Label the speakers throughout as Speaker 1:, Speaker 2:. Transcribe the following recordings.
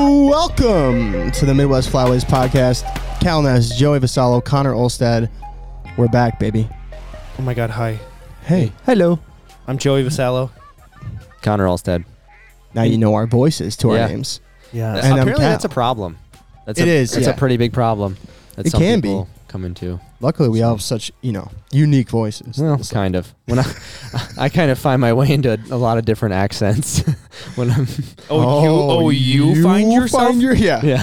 Speaker 1: Welcome to the Midwest Flyways podcast. Cal Ness, Joey Vasallo, Connor Olstad. We're back, baby.
Speaker 2: Oh my God! Hi,
Speaker 1: Hey, hello.
Speaker 2: I'm Joey Vasallo.
Speaker 3: Connor Alstead.
Speaker 1: Now you know our voices to our
Speaker 3: Yeah.
Speaker 1: names.
Speaker 2: Yeah,
Speaker 1: And I'm
Speaker 3: Apparently,
Speaker 1: Cal.
Speaker 3: that's a problem. That's
Speaker 1: It
Speaker 3: a,
Speaker 1: is,
Speaker 3: That's
Speaker 1: yeah.
Speaker 3: a pretty big problem. That
Speaker 1: It
Speaker 3: some
Speaker 1: can be.
Speaker 3: people Come into
Speaker 1: Luckily, we all have such you know unique voices.
Speaker 3: well, kind of. When I, I kind of find my way into a lot of different accents when I'm.
Speaker 2: Oh, you, oh, you, find yourself.
Speaker 1: your- yeah.
Speaker 3: Yeah.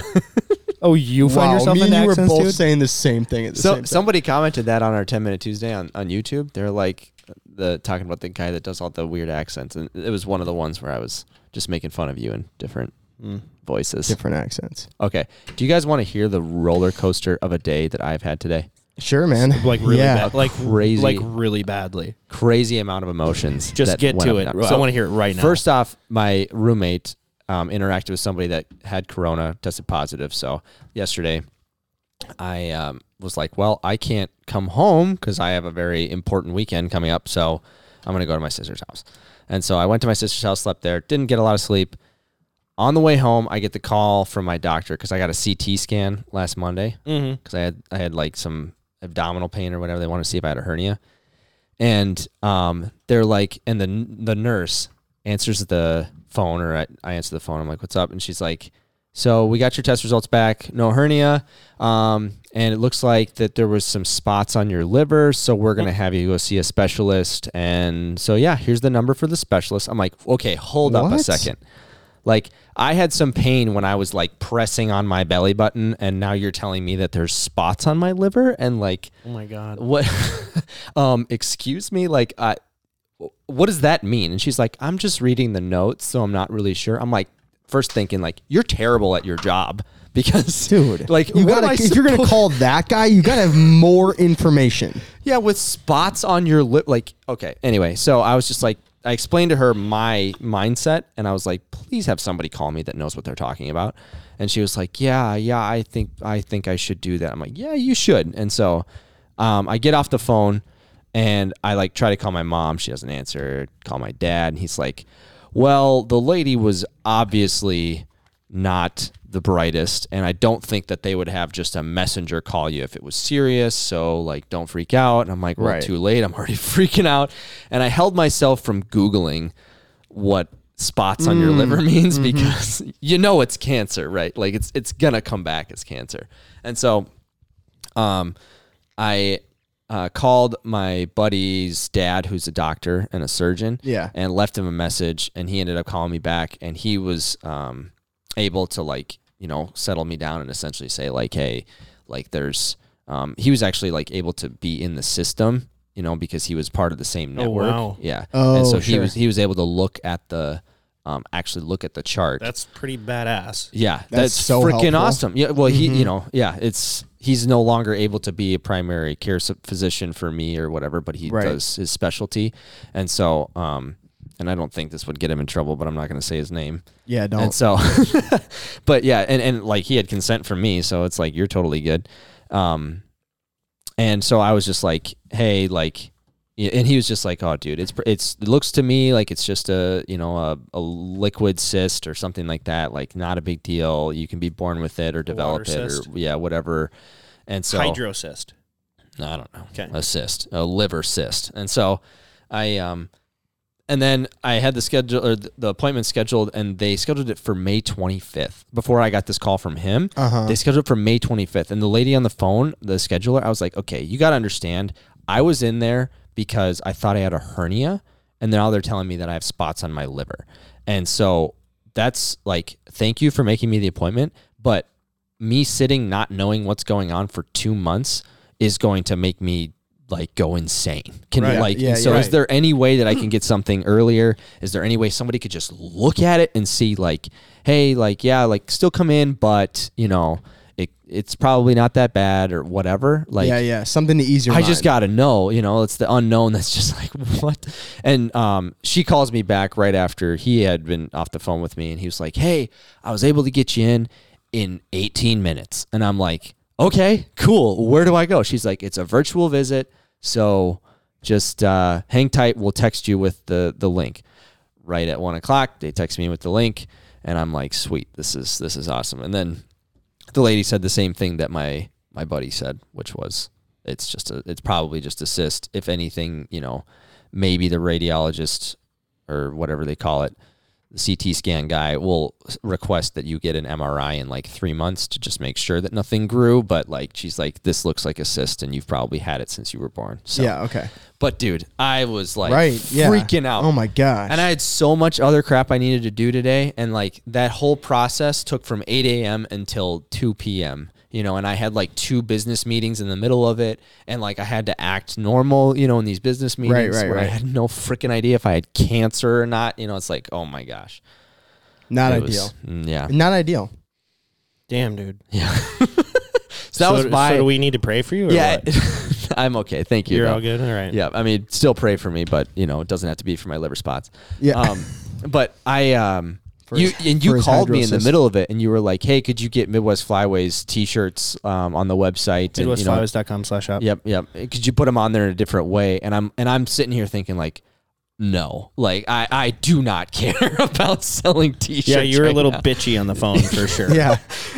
Speaker 2: oh, you find
Speaker 1: wow,
Speaker 2: yourself
Speaker 1: me
Speaker 2: in
Speaker 1: and you were
Speaker 2: accents,
Speaker 1: both
Speaker 2: dude.
Speaker 1: saying the same thing at the
Speaker 3: So
Speaker 1: same time.
Speaker 3: somebody commented that on our 10 minute Tuesday on, on YouTube. They're like the talking about the guy that does all the weird accents, and it was one of the ones where I was just making fun of you in different voices.
Speaker 1: Mm. Different accents.
Speaker 3: Okay. Do you guys want to hear the roller coaster of a day that I've had today?
Speaker 1: Sure, man.
Speaker 2: Like really
Speaker 1: yeah.
Speaker 2: bad. Like
Speaker 3: Crazy.
Speaker 2: Like really badly.
Speaker 3: Crazy amount of emotions.
Speaker 2: Just
Speaker 3: that
Speaker 2: get
Speaker 3: went
Speaker 2: to
Speaker 3: up
Speaker 2: it.
Speaker 3: and up.
Speaker 2: I want to hear it right now.
Speaker 3: First off, my roommate um, interacted with somebody that had corona, tested positive. So yesterday, I um, was like, "Well, I can't come home because I have a very important weekend coming up, so I'm going to go to my sister's house." And so I went to my sister's house, slept there, didn't get a lot of sleep. On the way home, I get the call from my doctor because I got a CT scan last Monday
Speaker 2: Mhm.
Speaker 3: because I had I had like some abdominal pain or whatever. They wanted to see if I had a hernia, and um, they're like, and the the nurse answers the phone, or I, I answer the phone. I'm like, "What's up?" And she's like, "So we got your test results back. No hernia, um, and it looks like that there was some spots on your liver. So we're gonna have you go see a specialist. And so yeah, here's the number for the specialist. I'm like, okay, hold up a
Speaker 1: What?
Speaker 3: second. Like I had some pain when I was like pressing on my belly button, and now you're telling me that there's spots on my liver, and like
Speaker 2: Oh my god.
Speaker 3: what? um, excuse me, like I, what does that mean? And she's like, I'm just reading the notes, so I'm not really sure. I'm like, first thinking like you're terrible at your job because
Speaker 1: Dude,
Speaker 3: like
Speaker 1: you
Speaker 3: what am
Speaker 1: gotta,
Speaker 3: I
Speaker 1: if you're gonna
Speaker 3: supposed-
Speaker 1: call that guy, you gotta have more information.
Speaker 3: Yeah, with spots on your lip. Like, okay. Anyway, so I was just like, I explained to her my mindset, and I was like, please have somebody call me that knows what they're talking about. And she was like, yeah, yeah, I think I think I should do that. I'm like, yeah, you should. And so, um, I get off the phone, and I like try to call my mom. She doesn't answer. Call my dad, and he's like, well, the lady was obviously not the brightest and i don't think that they would have just a messenger call you if it was serious so like don't freak out and i'm like well
Speaker 1: Right.
Speaker 3: too late i'm already freaking out and i held myself from googling what spots on your
Speaker 1: Mm,
Speaker 3: liver
Speaker 1: mm-hmm.
Speaker 3: means because you know it's cancer right like it's it's gonna come back as cancer and so um i uh, called my buddy's dad who's a doctor and a surgeon
Speaker 1: Yeah.
Speaker 3: and left him a message and he ended up calling me back and he was um, able to like you know settle me down and essentially say like hey like there's um, he was actually like able to be in the system you know because he was part of the same network
Speaker 2: wow.
Speaker 3: yeah
Speaker 1: Oh,
Speaker 3: and so he
Speaker 1: sure.
Speaker 3: was he was able to look at the um, actually look at the chart
Speaker 2: That's pretty badass.
Speaker 3: yeah, that's,
Speaker 1: so
Speaker 3: freaking
Speaker 1: helpful. Mm-hmm.
Speaker 3: awesome. Yeah, well, he, you know, yeah, it's he's no longer able to be a primary care s- physician for me or whatever, but he
Speaker 1: Right.
Speaker 3: does his specialty, and so, um, and I don't think this would get him in trouble, but I'm not going to say his name.
Speaker 1: Yeah,
Speaker 3: And
Speaker 1: don't.
Speaker 3: so, but yeah, and and like he had consent from me, so it's like you're totally good. Um, and so I was just like, hey, like, y- and he was just like, oh, dude, it's pr- it's it looks to me like it's just a you know a, a liquid cyst or something like that, like not a big deal. You can be born with it or develop it
Speaker 2: cyst?
Speaker 3: or yeah, whatever. And so
Speaker 2: Hydrocyst.
Speaker 3: I don't know.
Speaker 2: Okay.
Speaker 3: A cyst, a liver cyst. And so I um and then I had the schedule or th- the appointment scheduled and they scheduled it for May 25th. Before I got this call from him,
Speaker 1: Uh-huh.
Speaker 3: they scheduled it for May 25th. And the lady on the phone, the scheduler, I was like, "Okay, you got to understand. I was in there because I thought I had a hernia and now they're telling me that I have spots on my liver." And so that's like, "Thank you for making me the appointment, but me sitting not knowing what's going on for two months is going to make me like go insane. Can
Speaker 2: Right.
Speaker 3: like
Speaker 1: Yeah,
Speaker 3: so
Speaker 1: yeah.
Speaker 3: is there any way that I can get something earlier? Is there any way somebody could just look at it and see like, hey, like yeah, like still come in, but you know, it it's probably not that bad or whatever. Like
Speaker 1: yeah, yeah, something to ease your.
Speaker 3: I
Speaker 1: mind.
Speaker 3: just got to know, you know, it's the unknown that's just like what. And um, she calls me back right after he had been off the phone with me, and he was like, "Hey, I was able to get you in in 18 minutes," and I'm like, "Okay, cool. Where do I go?" She's like, "It's a virtual visit, so just uh, hang tight. We'll text you with the the link." Right at one o'clock, they text me with the link, and I'm like, sweet, this is this is awesome. And then the lady said the same thing that my my buddy said, which was it's just a it's probably just a cyst. If anything, you know, maybe the radiologist or whatever they call it, the CT scan guy will s- request that you get an MRI in like three months to just make sure that nothing grew. But like she's like, this looks like a cyst, and you've probably had it since you were born. So,
Speaker 1: Yeah. Okay.
Speaker 3: But dude, I was like
Speaker 1: right. Yeah.
Speaker 3: freaking out.
Speaker 1: Oh my gosh.
Speaker 3: And I had so much other crap I needed to do today. And like that whole process took from 8 a.m. until 2 p.m., you know, and I had like two business meetings in the middle of it. And like I had to act normal, you know, in these business meetings
Speaker 1: right,
Speaker 3: where I
Speaker 1: right.
Speaker 3: had no freaking idea if I had cancer or not. You know, it's like, oh my gosh.
Speaker 1: Not
Speaker 3: It
Speaker 1: ideal.
Speaker 3: was- mm, yeah.
Speaker 1: Not ideal.
Speaker 2: Damn, dude.
Speaker 3: Yeah. so that was
Speaker 2: so,
Speaker 3: my.
Speaker 2: so do we need to pray for you? Or
Speaker 3: yeah.
Speaker 2: what?
Speaker 3: I'm okay. Thank you.
Speaker 2: you're
Speaker 3: though.
Speaker 2: all good. All right.
Speaker 3: Yeah, I mean, still pray for me, but you know, it doesn't have to be for my liver spots.
Speaker 1: Yeah.
Speaker 3: Um, but I, um,
Speaker 1: For
Speaker 3: you
Speaker 1: his-
Speaker 3: and
Speaker 1: for
Speaker 3: you
Speaker 1: his
Speaker 3: called me in the
Speaker 1: hydrosis.
Speaker 3: middle of it, and you were like, "Hey, could you get Midwest Flyways t-shirts um, on the website?" and, you know,
Speaker 2: Midwestflowers.com slash up.
Speaker 3: Yep, yep. Could you put them on there in a different way? And I'm and I'm sitting here thinking like, no, like I I do not care about selling t-shirts.
Speaker 2: Yeah, you were a
Speaker 3: right
Speaker 2: little
Speaker 3: now.
Speaker 2: bitchy on the phone for sure.
Speaker 1: Yeah.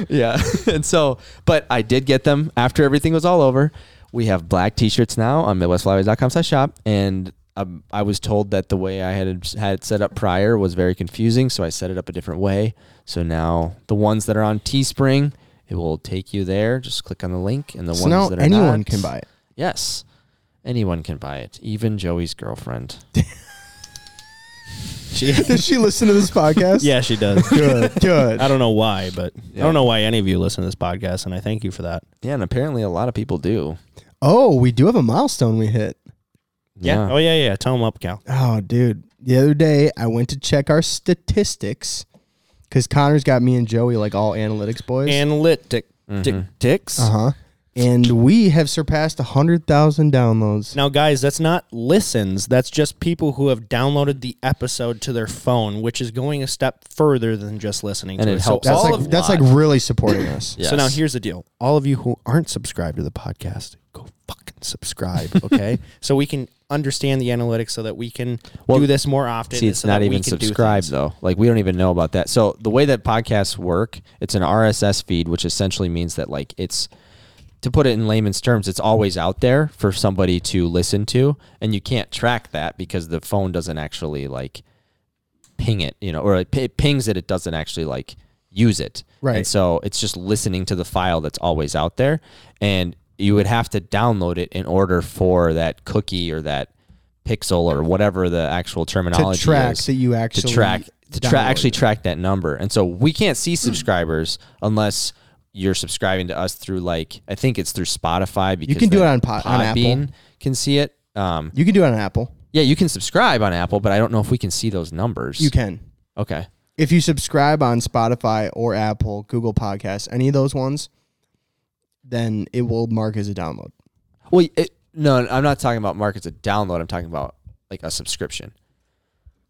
Speaker 3: yeah. And so, but I did get them after everything was all over. We have black t-shirts now on midwestflyways.com slash shop. And um, I was told that the way I had had it set up prior was very confusing. So I set it up a different way. So now the ones that are on Teespring, it will take you there. Just click on the link and the
Speaker 1: So
Speaker 3: ones
Speaker 1: now
Speaker 3: that are
Speaker 1: anyone
Speaker 3: not-
Speaker 1: can buy it.
Speaker 3: Yes. Anyone can buy it. Even Joey's girlfriend.
Speaker 2: She,
Speaker 1: Does she listen to this podcast?
Speaker 2: yeah, she does.
Speaker 1: Good. Good.
Speaker 2: I don't know why, but I
Speaker 3: Yeah.
Speaker 2: don't know why any of you listen to this podcast, and I thank you for that.
Speaker 3: Yeah. And apparently a lot of people do.
Speaker 1: Oh, we do have a milestone we hit.
Speaker 2: Oh, yeah, yeah. Tell them up, Cal.
Speaker 1: Oh, dude. The other day, I went to check our statistics because Connor's got me and Joey like all analytics boys.
Speaker 2: Analytic.
Speaker 3: Mm-hmm. Uh-huh.
Speaker 2: Ticks.
Speaker 1: uh huh. And we have surpassed 100,000 downloads.
Speaker 2: Now, guys, that's not listens. That's just people who have downloaded the episode to their phone, which is going a step further than just listening
Speaker 3: And
Speaker 2: to
Speaker 3: it
Speaker 2: it.
Speaker 3: helps
Speaker 2: so,
Speaker 1: That's
Speaker 3: all
Speaker 1: like
Speaker 3: of
Speaker 1: that's
Speaker 3: lot.
Speaker 1: like really supporting us.
Speaker 3: Yes.
Speaker 2: so now here's the deal: all of you who aren't subscribed to the podcast, go fucking subscribe, okay? so we can understand the analytics, so that we can
Speaker 3: Well,
Speaker 2: do this more often.
Speaker 3: See, it's
Speaker 2: so that
Speaker 3: not
Speaker 2: we
Speaker 3: even
Speaker 2: can do
Speaker 3: subscribed
Speaker 2: things.
Speaker 3: though. Like we don't even know about that. So the way that podcasts work, it's an RSS feed, which essentially means that like it's to put it in layman's terms, it's always out there for somebody to listen to, and you can't track that because the phone doesn't actually like ping it, you know, or it, p- it pings it, it doesn't actually like use it.
Speaker 1: Right.
Speaker 3: And so it's just listening to the file that's always out there, and you would have to download it in order for that cookie or that pixel or whatever the actual
Speaker 1: To
Speaker 3: terminology
Speaker 1: track
Speaker 3: is
Speaker 1: that you actually
Speaker 3: to track to tra-
Speaker 1: downloaded
Speaker 3: actually
Speaker 1: it.
Speaker 3: track that number. And so we can't see subscribers unless you're subscribing to us through like I think it's through Spotify because
Speaker 1: can do
Speaker 3: then
Speaker 1: it on Po- on Apple.
Speaker 3: Podbean can see it. Um,
Speaker 1: You can do it on Apple.
Speaker 3: yeah, you can subscribe on Apple, but I don't know if we can see those numbers.
Speaker 1: You can.
Speaker 3: okay.
Speaker 1: If you subscribe on Spotify or Apple, Google Podcasts, any of those ones, then it will mark as a download.
Speaker 3: Well, it, no, I'm not talking about markets a download. I'm talking about like a subscription.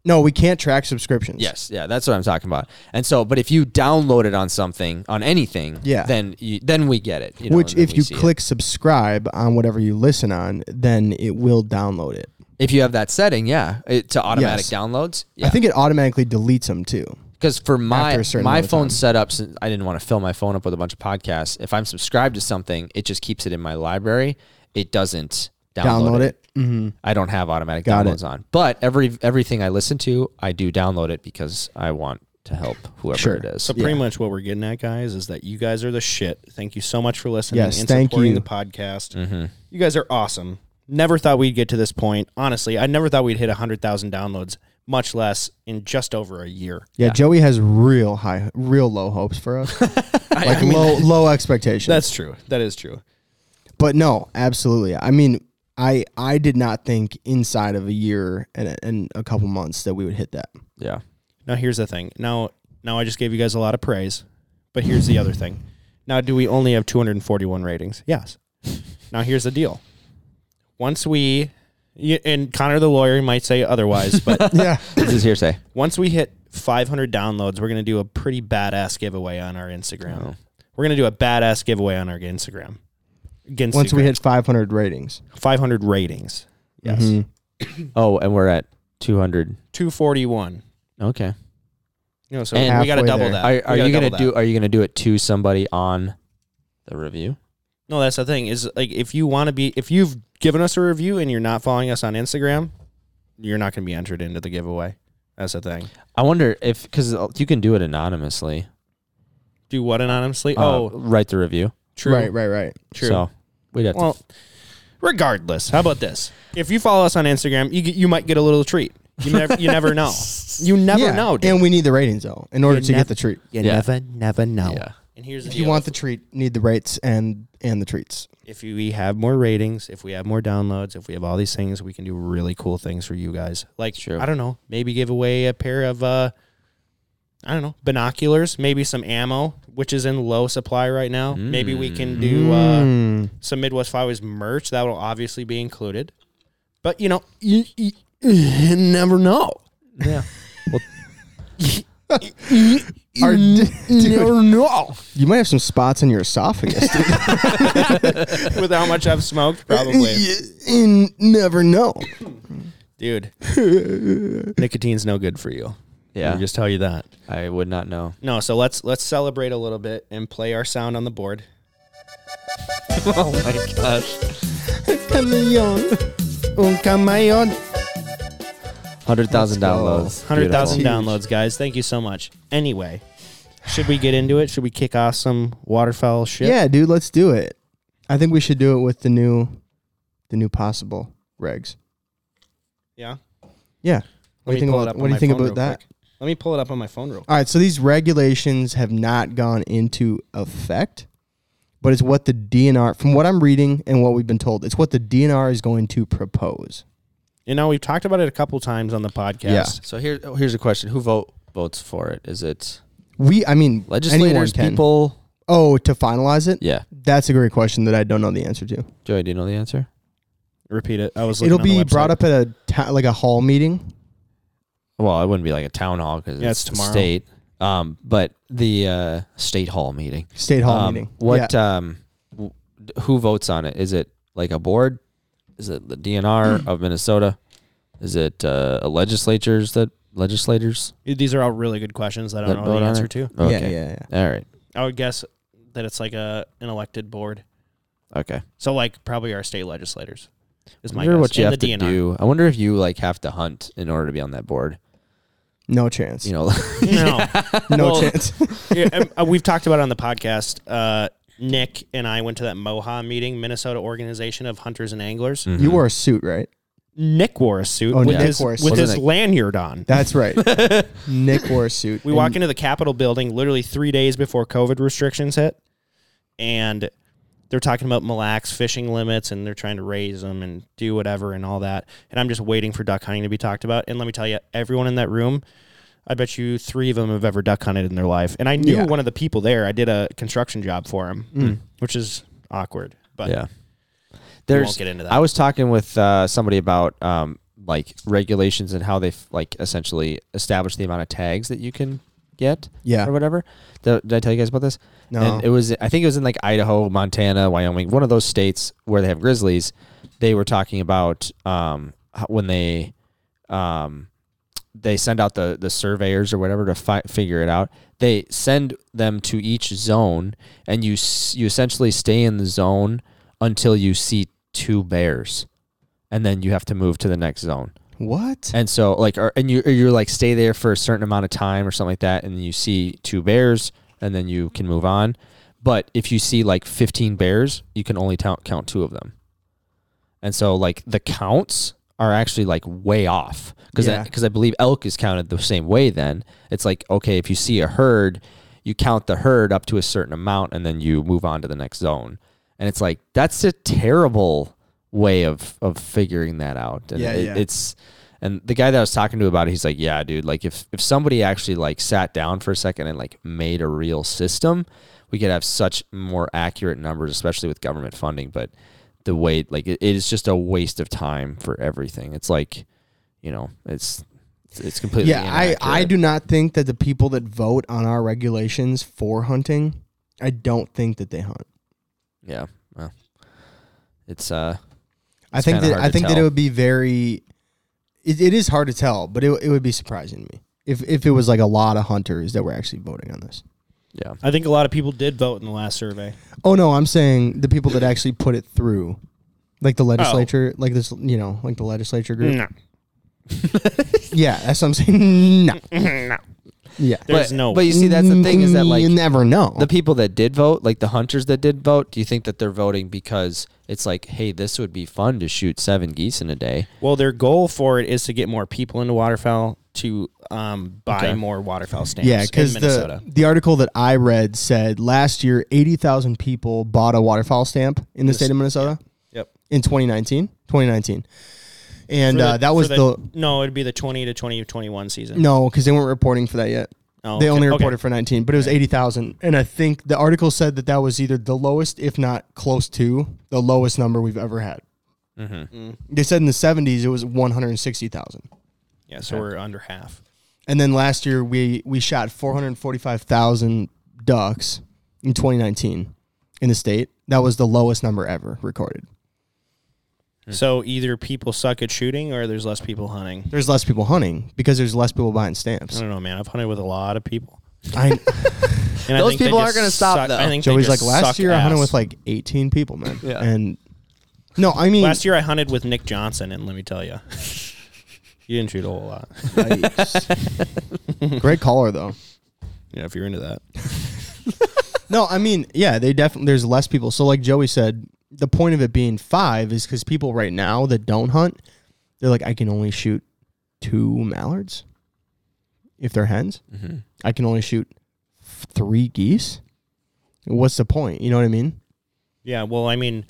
Speaker 1: No, we can't track subscriptions.
Speaker 3: Yes, yeah, that's what I'm talking about. And so, but if you download it on something, on anything,
Speaker 1: Yeah.
Speaker 3: then you, then we get it. you know,
Speaker 1: Which,
Speaker 3: and then
Speaker 1: if
Speaker 3: we
Speaker 1: you
Speaker 3: see it.
Speaker 1: click subscribe on whatever you listen on, then it will download it.
Speaker 3: if you have that setting, yeah, it, to
Speaker 1: Yes.
Speaker 3: automatic downloads. Yeah.
Speaker 1: I think it automatically deletes them too.
Speaker 3: because for my
Speaker 1: After a certain
Speaker 3: my
Speaker 1: amount of
Speaker 3: phone
Speaker 1: time.
Speaker 3: setup, since I didn't want to fill my phone up with a bunch of podcasts, if I'm subscribed to something, it just keeps it in my library. It doesn't download,
Speaker 1: Download
Speaker 3: it.
Speaker 1: it. Mm-hmm.
Speaker 3: I don't have automatic
Speaker 1: Got it.
Speaker 3: downloads on, but every everything I listen to, I do download it because I want to help whoever
Speaker 1: Sure.
Speaker 3: it is.
Speaker 2: So pretty much what we're getting at, guys, is that you guys are the shit. Thank you so much for listening
Speaker 1: Yes,
Speaker 2: and
Speaker 1: thank
Speaker 2: supporting
Speaker 1: you.
Speaker 2: the podcast.
Speaker 3: Mm-hmm.
Speaker 2: You guys are awesome. Never thought we'd get to this point. Honestly, I never thought we'd hit 100,000 downloads, much less in just over a year.
Speaker 1: Yeah, Joey has real high, real low hopes for us, like low, low expectations.
Speaker 2: That's true. That is true.
Speaker 1: but no, absolutely. I mean, I I did not think inside of a year and, and a couple months that we would hit that.
Speaker 3: yeah,
Speaker 2: Now here's the thing. Now now I just gave you guys a lot of praise, but here's the other thing. Now do we only have 241 ratings? Yes. Now here's the deal. Once we y- and Connor the lawyer might say otherwise, but
Speaker 1: Yeah,
Speaker 3: this is hearsay.
Speaker 2: once we hit 500 downloads, we're going to do a pretty badass giveaway on our Instagram.
Speaker 3: Oh.
Speaker 2: We're going to do a badass giveaway on our Instagram. Against
Speaker 1: once we hit 500 ratings,
Speaker 2: 500 ratings. Yes.
Speaker 1: Mhm.
Speaker 3: Oh, and we're at 200.
Speaker 2: 241.
Speaker 3: Okay,
Speaker 2: You know, so
Speaker 3: And
Speaker 2: we got to
Speaker 1: halfway
Speaker 2: double
Speaker 1: there.
Speaker 2: that.
Speaker 3: Are,
Speaker 2: We
Speaker 3: are
Speaker 2: gotta
Speaker 3: you gonna
Speaker 2: double that.
Speaker 3: do? Are you gonna do it to somebody on the review?
Speaker 2: No, that's the thing is like if you want to be if you've given us a review and you're not following us on Instagram, you're not going to be entered into the giveaway. That's the thing.
Speaker 3: I wonder if because you can do it anonymously.
Speaker 2: Do what anonymously?
Speaker 3: uh,
Speaker 2: oh,
Speaker 3: write the review.
Speaker 2: true.
Speaker 1: Right, right, right.
Speaker 2: True.
Speaker 3: So we'd have
Speaker 2: Well,
Speaker 3: to.
Speaker 2: regardless, how about this? If you follow us on Instagram, you get, you might get a little treat. You never you never know. You never
Speaker 1: yeah.
Speaker 2: know. Dude.
Speaker 1: And we need the ratings though in order
Speaker 2: You
Speaker 1: to
Speaker 2: nev-
Speaker 1: get the treat.
Speaker 2: You
Speaker 3: Yeah.
Speaker 2: never never know.
Speaker 3: Yeah.
Speaker 2: And here's the
Speaker 1: If
Speaker 2: deal.
Speaker 1: you want the treat, need the rates and and the treats.
Speaker 2: if we have more ratings, if we have more downloads, if we have all these things, we can do really cool things for you guys. Like
Speaker 3: True.
Speaker 2: I don't know, maybe give away a pair of uh I don't know, binoculars, maybe some ammo, which is in low supply right now. Maybe we can do uh
Speaker 1: Mm.
Speaker 2: some Midwest Flyway's merch that will obviously be included. But you know, you, you, never know.
Speaker 3: Yeah.
Speaker 1: Are-
Speaker 2: never know.
Speaker 1: you might have some spots in your esophagus. dude.
Speaker 2: With how much I've smoked, probably.
Speaker 1: You never know.
Speaker 2: Dude. Nicotine's no good for you.
Speaker 3: Yeah.
Speaker 2: Let me just tell you that.
Speaker 3: I would not know.
Speaker 2: No, so let's let's celebrate a little bit and play our sound on the board.
Speaker 3: Oh my gosh. Hundred thousand
Speaker 1: Let's go.
Speaker 3: downloads.
Speaker 2: Hundred thousand
Speaker 1: Beautiful.
Speaker 2: downloads, guys. Thank you so much. Anyway, should we get into it? Should we kick off some waterfowl shit?
Speaker 1: Yeah, dude, let's do it. I think we should do it with the new, the new possible regs.
Speaker 2: Yeah.
Speaker 1: Yeah. What do you think
Speaker 2: pull it
Speaker 1: about
Speaker 2: up on
Speaker 1: what do
Speaker 2: my
Speaker 1: you think
Speaker 2: phone
Speaker 1: about
Speaker 2: real
Speaker 1: that?
Speaker 2: quick. Let me pull it up on my phone real quick.
Speaker 1: All right, so these regulations have not gone into effect, but it's what the DNR, from what I'm reading and what we've been told, it's what the DNR is going to propose.
Speaker 2: You know, we've talked about it a couple times on the podcast.
Speaker 1: Yeah.
Speaker 3: So here, oh, here's a question: Who vote votes for it? Is it
Speaker 1: We, I mean, anyone
Speaker 3: legislators,
Speaker 1: can.
Speaker 3: people?
Speaker 1: Oh, to finalize it?
Speaker 3: Yeah.
Speaker 1: That's a great question that I don't know the answer to.
Speaker 3: Joey, do you know the answer?
Speaker 2: Repeat it. I was looking
Speaker 1: It'll
Speaker 2: on the
Speaker 1: be
Speaker 2: website.
Speaker 1: brought up at a ta- like a hall meeting.
Speaker 3: Well, it wouldn't be like a town hall because
Speaker 2: Yeah,
Speaker 3: it's,
Speaker 2: it's
Speaker 3: the
Speaker 2: tomorrow.
Speaker 3: state. Um, but the uh, state hall meeting.
Speaker 1: State hall
Speaker 3: um,
Speaker 1: meeting.
Speaker 3: What? Um, w- who votes on it? Is it like a board? Is it the
Speaker 1: Mm.
Speaker 3: DNR of Minnesota? Is it uh, a legislatures that legislators
Speaker 2: These are all really good questions that I
Speaker 3: that
Speaker 2: don't know
Speaker 3: vote
Speaker 2: the
Speaker 3: on
Speaker 2: answer
Speaker 3: it?
Speaker 2: to.
Speaker 1: Yeah,
Speaker 3: Okay.
Speaker 1: yeah, yeah.
Speaker 3: All right.
Speaker 2: I would guess that it's like a an elected board.
Speaker 3: Okay.
Speaker 2: So like probably our state legislators. Is
Speaker 3: I
Speaker 2: my
Speaker 3: wonder
Speaker 2: guess.
Speaker 3: what you
Speaker 2: And
Speaker 3: have
Speaker 2: the
Speaker 3: to
Speaker 2: DNR.
Speaker 3: do. I wonder if you like have to hunt in order to be on that board.
Speaker 1: No chance.
Speaker 3: You know,
Speaker 2: No.
Speaker 1: no
Speaker 2: Well,
Speaker 1: chance.
Speaker 2: yeah, um, uh, we've talked about it on the podcast. Uh, Nick and I went to that MOHA meeting, Minnesota Organization of Hunters and Anglers.
Speaker 3: Mm-hmm.
Speaker 1: you wore a suit, right?
Speaker 2: Nick wore a suit
Speaker 1: Mm. Oh,
Speaker 2: with
Speaker 1: Nick
Speaker 2: his
Speaker 1: wore a suit.
Speaker 2: with
Speaker 3: Wasn't
Speaker 2: his
Speaker 3: it-
Speaker 2: lanyard on.
Speaker 1: That's right. Nick wore a suit.
Speaker 2: We walk into the Capitol building literally three days before COVID restrictions hit, and they're talking about Mille Lacs fishing limits and they're trying to raise them and do whatever and all that. And I'm just waiting for duck hunting to be talked about. And let me tell you, everyone in that room, I bet you three of them have ever duck hunted in their life. And I knew
Speaker 1: Yeah.
Speaker 2: one of the people there. I did a construction job for him, which is awkward. But
Speaker 3: Hmm. yeah. There's,
Speaker 2: get into that.
Speaker 3: I was talking with uh, somebody about um, like regulations and how they f- like essentially establish the amount of tags that you can get
Speaker 1: Yeah.
Speaker 3: or whatever. Th- did I tell you guys about this?
Speaker 1: No.
Speaker 3: And it was I think it was in like Idaho, Montana, Wyoming, one of those states where they have grizzlies. They were talking about um, how- when they um, they send out the the surveyors or whatever to fi- figure it out. They send them to each zone, and you s- you essentially stay in the zone until you see two bears, and then you have to move to the next zone.
Speaker 1: What?
Speaker 3: And so like, or, and you or you're like stay there for a certain amount of time or something like that, and you see two bears, and then you can move on. But if you see like 15 bears, you can only count count two of them. And so like the counts are actually like way off because
Speaker 1: Yeah.
Speaker 3: because I, believe elk is counted the same way. Then it's like okay, if you see a herd, you count the herd up to a certain amount, and then you move on to the next zone. And it's like that's a terrible way of of figuring that out. And
Speaker 1: Yeah,
Speaker 3: it-
Speaker 1: yeah.
Speaker 3: it's and the guy that I was talking to about it, he's like, yeah, dude, like if if somebody actually like sat down for a second and like made a real system, we could have such more accurate numbers, especially with government funding. But the way like it, it is just a waste of time for everything. It's like, you know, it's it's, it's completely
Speaker 1: Yeah, I, I
Speaker 3: inaccurate.
Speaker 1: do not think that the people that vote on our regulations for hunting, I don't think that they hunt.
Speaker 3: yeah. Well, it's uh
Speaker 1: I think
Speaker 3: kinda
Speaker 1: that
Speaker 3: hard
Speaker 1: I
Speaker 3: to
Speaker 1: think that
Speaker 3: tell.
Speaker 1: it would be very. It, it is hard to tell, but it, it would be surprising to me If if it was like a lot of hunters that were actually voting on this.
Speaker 3: Yeah.
Speaker 2: I think a lot of people did vote in the last survey.
Speaker 1: Oh no, I'm saying the people that actually put it through, like
Speaker 2: Oh.
Speaker 1: the legislature, like this, you know, like the legislature group.
Speaker 2: No,
Speaker 1: Yeah, that's what I'm saying. No. Yeah.
Speaker 2: there's
Speaker 3: but,
Speaker 2: no.
Speaker 3: But you see, that's the thing is that like
Speaker 1: Mm, you never know.
Speaker 3: the people that did vote, like the hunters that did vote, do you think that they're voting because it's like, hey, this would be fun to shoot seven geese in a day?
Speaker 2: well, their goal for it is to get more people into waterfowl to um, buy
Speaker 3: Okay.
Speaker 2: more waterfowl stamps.
Speaker 1: yeah,
Speaker 2: because
Speaker 1: because the the article that I read said last year eighty thousand people bought a waterfowl stamp in the state of Minnesota
Speaker 2: yep.
Speaker 1: in 2019. 2019, and
Speaker 2: For
Speaker 1: uh,
Speaker 2: the-
Speaker 1: that
Speaker 2: for
Speaker 1: was the,
Speaker 2: no. It'd be the twenty to twenty twenty one season.
Speaker 1: no, because they weren't reporting for that yet.
Speaker 2: Oh,
Speaker 1: They
Speaker 2: okay.
Speaker 1: only
Speaker 2: Okay.
Speaker 1: reported for 19, but it was 80,000. And I think the article said that that was either the lowest, if not close to the lowest number we've ever had.
Speaker 3: Mm-hmm.
Speaker 1: They said in the 70s it was 160,000.
Speaker 2: Yeah, so we're under half.
Speaker 1: And then last year we we shot 445,000 ducks in 2019 in the state. That was the lowest number ever recorded. Hmm.
Speaker 2: So either people suck at shooting or there's less people hunting.
Speaker 1: There's less people hunting because there's less people buying
Speaker 2: I
Speaker 1: stamps.
Speaker 2: don't know, man. I've hunted with a lot of people.
Speaker 1: I,
Speaker 2: And I
Speaker 3: Those
Speaker 2: think they
Speaker 3: people
Speaker 2: just
Speaker 3: aren't gonna stop,
Speaker 2: suck-
Speaker 3: though.
Speaker 2: I think Mm. they
Speaker 1: Joey's like
Speaker 2: just
Speaker 1: last
Speaker 2: suck
Speaker 1: year I hunted
Speaker 2: ass.
Speaker 1: with like 18 people, man.
Speaker 3: Yeah.
Speaker 1: And no, I mean
Speaker 2: last year I hunted with Nick Johnson, and let me tell you, you didn't shoot a whole lot.
Speaker 1: Yikes. Great caller though.
Speaker 2: Yeah, if you're into that.
Speaker 1: No, I mean, yeah, they definitely there's less people. So like Joey said, the point of it being five is because people right now that don't hunt, they're like, I can only shoot two mallards if they're hens.
Speaker 2: Mm-hmm.
Speaker 1: I can only shoot f- three geese. What's the point? You know what I mean?
Speaker 2: Yeah, well, I mean,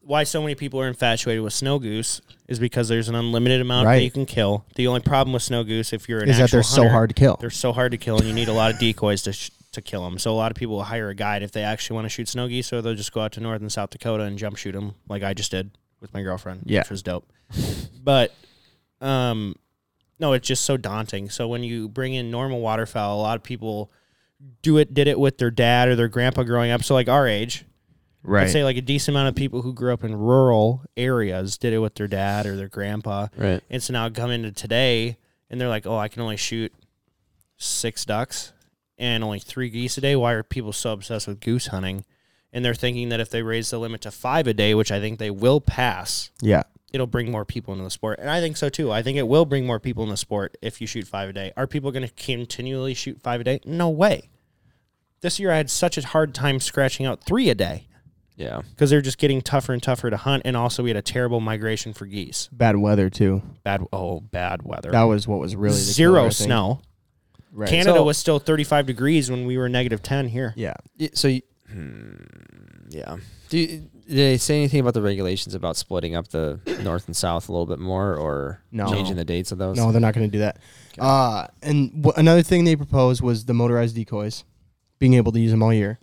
Speaker 2: why so many people are infatuated with snow goose is because there's an unlimited amount
Speaker 1: Right.
Speaker 2: that you can kill. The only problem with snow goose, if you're an
Speaker 1: Is that
Speaker 2: actual
Speaker 1: they're so
Speaker 2: hunter,
Speaker 1: hard to kill.
Speaker 2: they're so hard to kill, and you need a lot of decoys to sh- to kill them. So a lot of people will hire a guide if they actually want to shoot snow geese, or they'll just go out to north and South Dakota and jump shoot them, like I just did with my girlfriend,
Speaker 1: Yeah.
Speaker 2: which was dope. But, um, no, it's just so daunting. So when you bring in normal waterfowl, a lot of people do it did it with their dad or their grandpa growing up. So like our age,
Speaker 1: Right.
Speaker 2: I'd say like a decent amount of people who grew up in rural areas did it with their dad or their grandpa.
Speaker 3: Right.
Speaker 2: And so now come into today and they're like, oh, I can only shoot six ducks and only three geese a day. Why are people so obsessed with goose hunting? And they're thinking that if they raise the limit to five a day, which I think they will pass,
Speaker 1: yeah.
Speaker 2: it'll bring more people into the sport. And I think so too. I think it will bring more people in the sport if you shoot five a day. Are people going to continually shoot five a day? No way. This year I had such a hard time scratching out three a day
Speaker 3: Yeah.
Speaker 2: because they're just getting tougher and tougher to hunt. And also, we had a terrible migration for geese.
Speaker 1: Bad weather too.
Speaker 2: Bad, oh, bad weather.
Speaker 1: That was what was really the killer, I
Speaker 2: Zero
Speaker 1: think.
Speaker 2: snow.
Speaker 1: Right.
Speaker 2: Canada
Speaker 3: So-
Speaker 2: was still 35 degrees when we were negative 10 here.
Speaker 1: yeah.
Speaker 3: Y- So, you, hmm, yeah. Do you, did they say anything about the regulations about splitting up the north and south a little bit more, or
Speaker 1: No.
Speaker 3: changing the dates of those?
Speaker 1: No, they're not going to do that. Uh, and wh- another thing they proposed was the motorized decoys, being able to use them all year.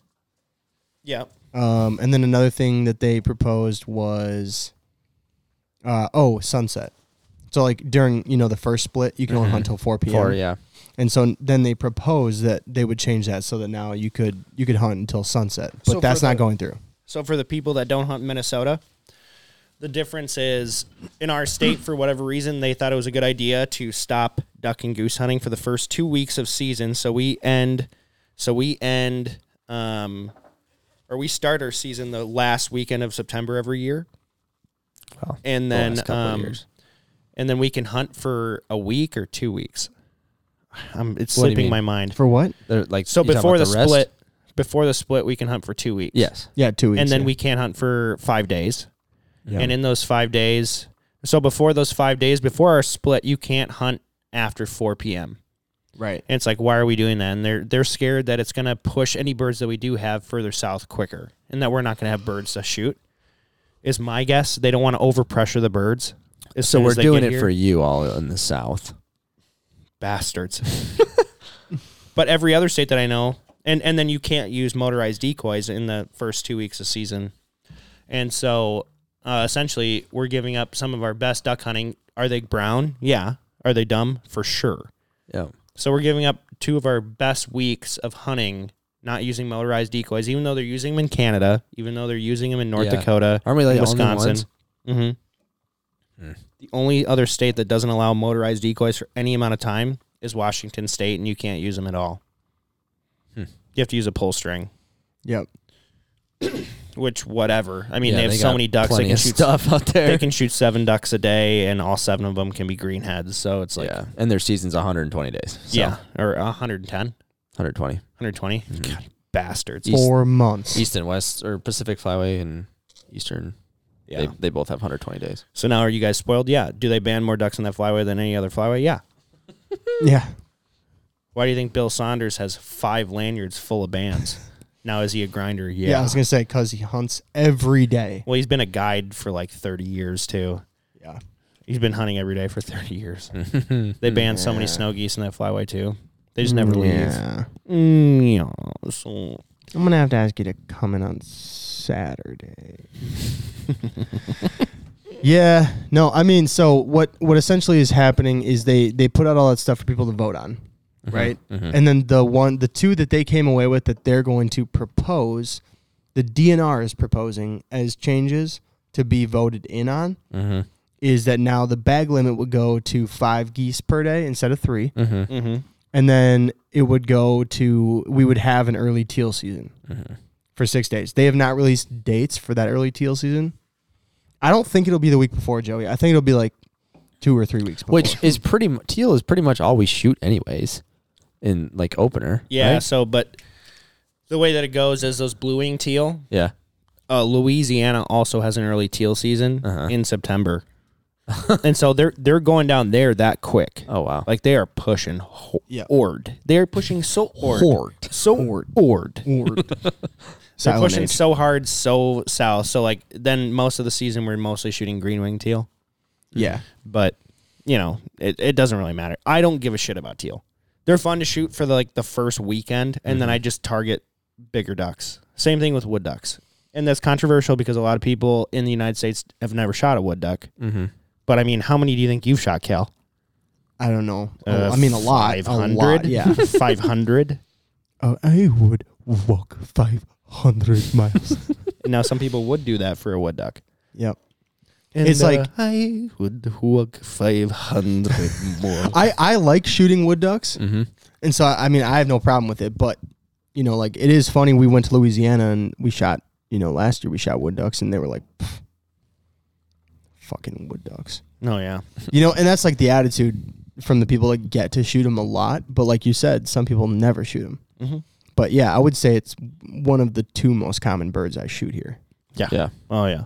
Speaker 2: Yeah.
Speaker 1: Um, and then another thing that they proposed was, uh, oh, sunset. So like during you know the first split, you can
Speaker 2: Mm-hmm.
Speaker 1: only hunt till four p.m.
Speaker 3: Four, yeah.
Speaker 1: And so n- then they proposed that they would change that so that now you could you could hunt until sunset, but
Speaker 2: So for
Speaker 1: that's not
Speaker 2: the-
Speaker 1: going through.
Speaker 2: So, for the people that don't hunt in Minnesota, the difference is in our state, for whatever reason, they thought it was a good idea to stop duck and goose hunting for the first two weeks of season. So, we end, so we end, um, or we start our season the last weekend of September every year.
Speaker 3: Well,
Speaker 2: and
Speaker 3: the
Speaker 2: then
Speaker 3: last couple of
Speaker 2: um,
Speaker 3: years.
Speaker 2: and then we can hunt for a week or two weeks. I'm, it's
Speaker 3: What do you
Speaker 2: slipping
Speaker 3: mean?
Speaker 2: my mind.
Speaker 1: For what?
Speaker 3: They're like
Speaker 2: So
Speaker 3: you talking
Speaker 2: before the,
Speaker 3: about rest?
Speaker 2: split, before the split, we can hunt for two weeks.
Speaker 3: Yes.
Speaker 1: Yeah, two weeks.
Speaker 2: and then
Speaker 1: yeah.
Speaker 2: we can hunt for five days. And in those five days, so before those five days, before our split, you can't hunt after 4 p.m.
Speaker 1: right.
Speaker 2: And it's like, why are we doing that? And they're they're scared that it's going to push any birds that we do have further south quicker, and that we're not going to have birds to shoot. Is my guess. They don't want to overpressure the birds. as
Speaker 3: So
Speaker 2: soon
Speaker 3: we're
Speaker 2: as they
Speaker 3: doing
Speaker 2: get
Speaker 3: it
Speaker 2: here.
Speaker 3: for you all in the south.
Speaker 2: bastards. but every other state that I know, and and then you can't use motorized decoys in the first two weeks of season, and so uh, essentially we're giving up some of our best duck hunting. Are they brown? Yeah. Are they dumb? For sure.
Speaker 3: Yeah.
Speaker 2: So we're giving up two of our best weeks of hunting, not using motorized decoys, even though they're using them in Canada, even though they're using them in North
Speaker 3: Yeah.
Speaker 2: Dakota,
Speaker 3: Aren't we like the only
Speaker 2: Wisconsin. Mm-hmm.
Speaker 3: ones?
Speaker 2: Mhm. The only other state that doesn't allow motorized decoys for any amount of time is Washington State, and you can't use them at all. You have to use a pull string,
Speaker 1: Yep.
Speaker 2: which whatever. I mean,
Speaker 3: Yeah,
Speaker 2: they have so
Speaker 3: got
Speaker 2: many ducks they
Speaker 3: plenty
Speaker 2: can
Speaker 3: of
Speaker 2: shoot.
Speaker 3: stuff out there.
Speaker 2: They can shoot seven ducks a day, and all seven of them can be greenheads. So it's like
Speaker 3: yeah, and their season's 120 days. So, Hmm.
Speaker 2: yeah, or 110,
Speaker 3: 120.
Speaker 2: 120. God, bastards.
Speaker 3: East-
Speaker 1: Four months.
Speaker 3: East and West or Pacific Flyway and Eastern.
Speaker 2: Yeah.
Speaker 3: They, they both have 120 days.
Speaker 2: So now are you guys spoiled? Yeah. Do they ban more ducks in that flyway than any other flyway? Yeah.
Speaker 1: Yeah.
Speaker 2: Why do you think Bill Saunders has five lanyards full of bands? now is he a grinder? Yeah.
Speaker 1: yeah. I was gonna say because he hunts every day.
Speaker 2: well, he's been a guide for like 30 years too.
Speaker 1: Yeah. Mm,
Speaker 2: He's been hunting every day for 30 years.
Speaker 3: Mm-hmm.
Speaker 2: they banned so many snow geese in that flyway too. They just never leave.
Speaker 1: Yeah.
Speaker 2: Mm, yeah. So
Speaker 1: I'm gonna have to ask you to come in on Saturday. yeah. No, I mean, so what what essentially is happening is they they put out all that stuff for people to vote on, right?
Speaker 3: Uh-huh. Mm-hmm.
Speaker 1: And then the one the two that they came away with that they're going to propose, the DNR is proposing as changes to be voted in on
Speaker 3: Mm-hmm.
Speaker 1: is that now the bag limit would go to 5 geese per day instead of 3
Speaker 3: Mm-hmm.
Speaker 1: and then it would go to we would have an early teal season
Speaker 2: Mm-hmm.
Speaker 1: for six days. They have not released dates for that early teal season. I don't think it'll be the week before Joey. I think it'll be like two or three weeks. Before.
Speaker 3: Which is pretty mu- teal is pretty much all we shoot anyways in like opener.
Speaker 2: yeah.
Speaker 3: right?
Speaker 2: So, but the way that it goes is those blue wing teal,
Speaker 3: Yeah.
Speaker 2: uh, Louisiana also has an early teal season
Speaker 3: Uh-huh.
Speaker 2: in September, and so they're they're going down there that quick.
Speaker 3: Oh wow.
Speaker 2: Like they are pushing ho-
Speaker 1: Yeah.
Speaker 2: ord. They are pushing so ord,
Speaker 3: Horde.
Speaker 2: so ord. ord. They're
Speaker 1: Silent
Speaker 2: pushing
Speaker 1: H.
Speaker 2: so hard, so south. So like then most of the season we're mostly shooting green wing teal,
Speaker 1: yeah,
Speaker 2: but you know it, it doesn't really matter. I don't give a shit about teal. They're fun to shoot for the, like the first weekend, and
Speaker 1: Mm-hmm.
Speaker 2: then I just target bigger ducks. Same thing with wood ducks, and that's controversial because a lot of people in the United States have never shot a wood duck.
Speaker 3: Mm-hmm.
Speaker 2: But I mean, how many do you think you've shot, Cal?
Speaker 1: I don't know. Oh,
Speaker 2: Uh,
Speaker 1: I mean, a lot, a lot.
Speaker 2: 500?
Speaker 1: Yeah,
Speaker 2: 500.
Speaker 1: Uh, I would walk five hundred miles.
Speaker 2: now, some people would do that for a wood duck.
Speaker 1: yep.
Speaker 2: And, uh,
Speaker 1: It's like-
Speaker 2: I would walk 500 more.
Speaker 1: I, I like shooting wood ducks,
Speaker 3: Mm-hmm.
Speaker 1: and so I mean I have no problem with it. But you know, like it is funny. We went to Louisiana and we shot. You know, last year we shot wood ducks, and they were like, "Pff, "Fucking wood ducks,"
Speaker 2: No, Oh, yeah.
Speaker 1: you know. And that's like the attitude from the people that get to shoot them a lot. But like you said, some people never shoot them.
Speaker 2: Mhm.
Speaker 1: But yeah, I would say it's one of the two most common birds I shoot here.
Speaker 3: Yeah.
Speaker 2: Oh, yeah.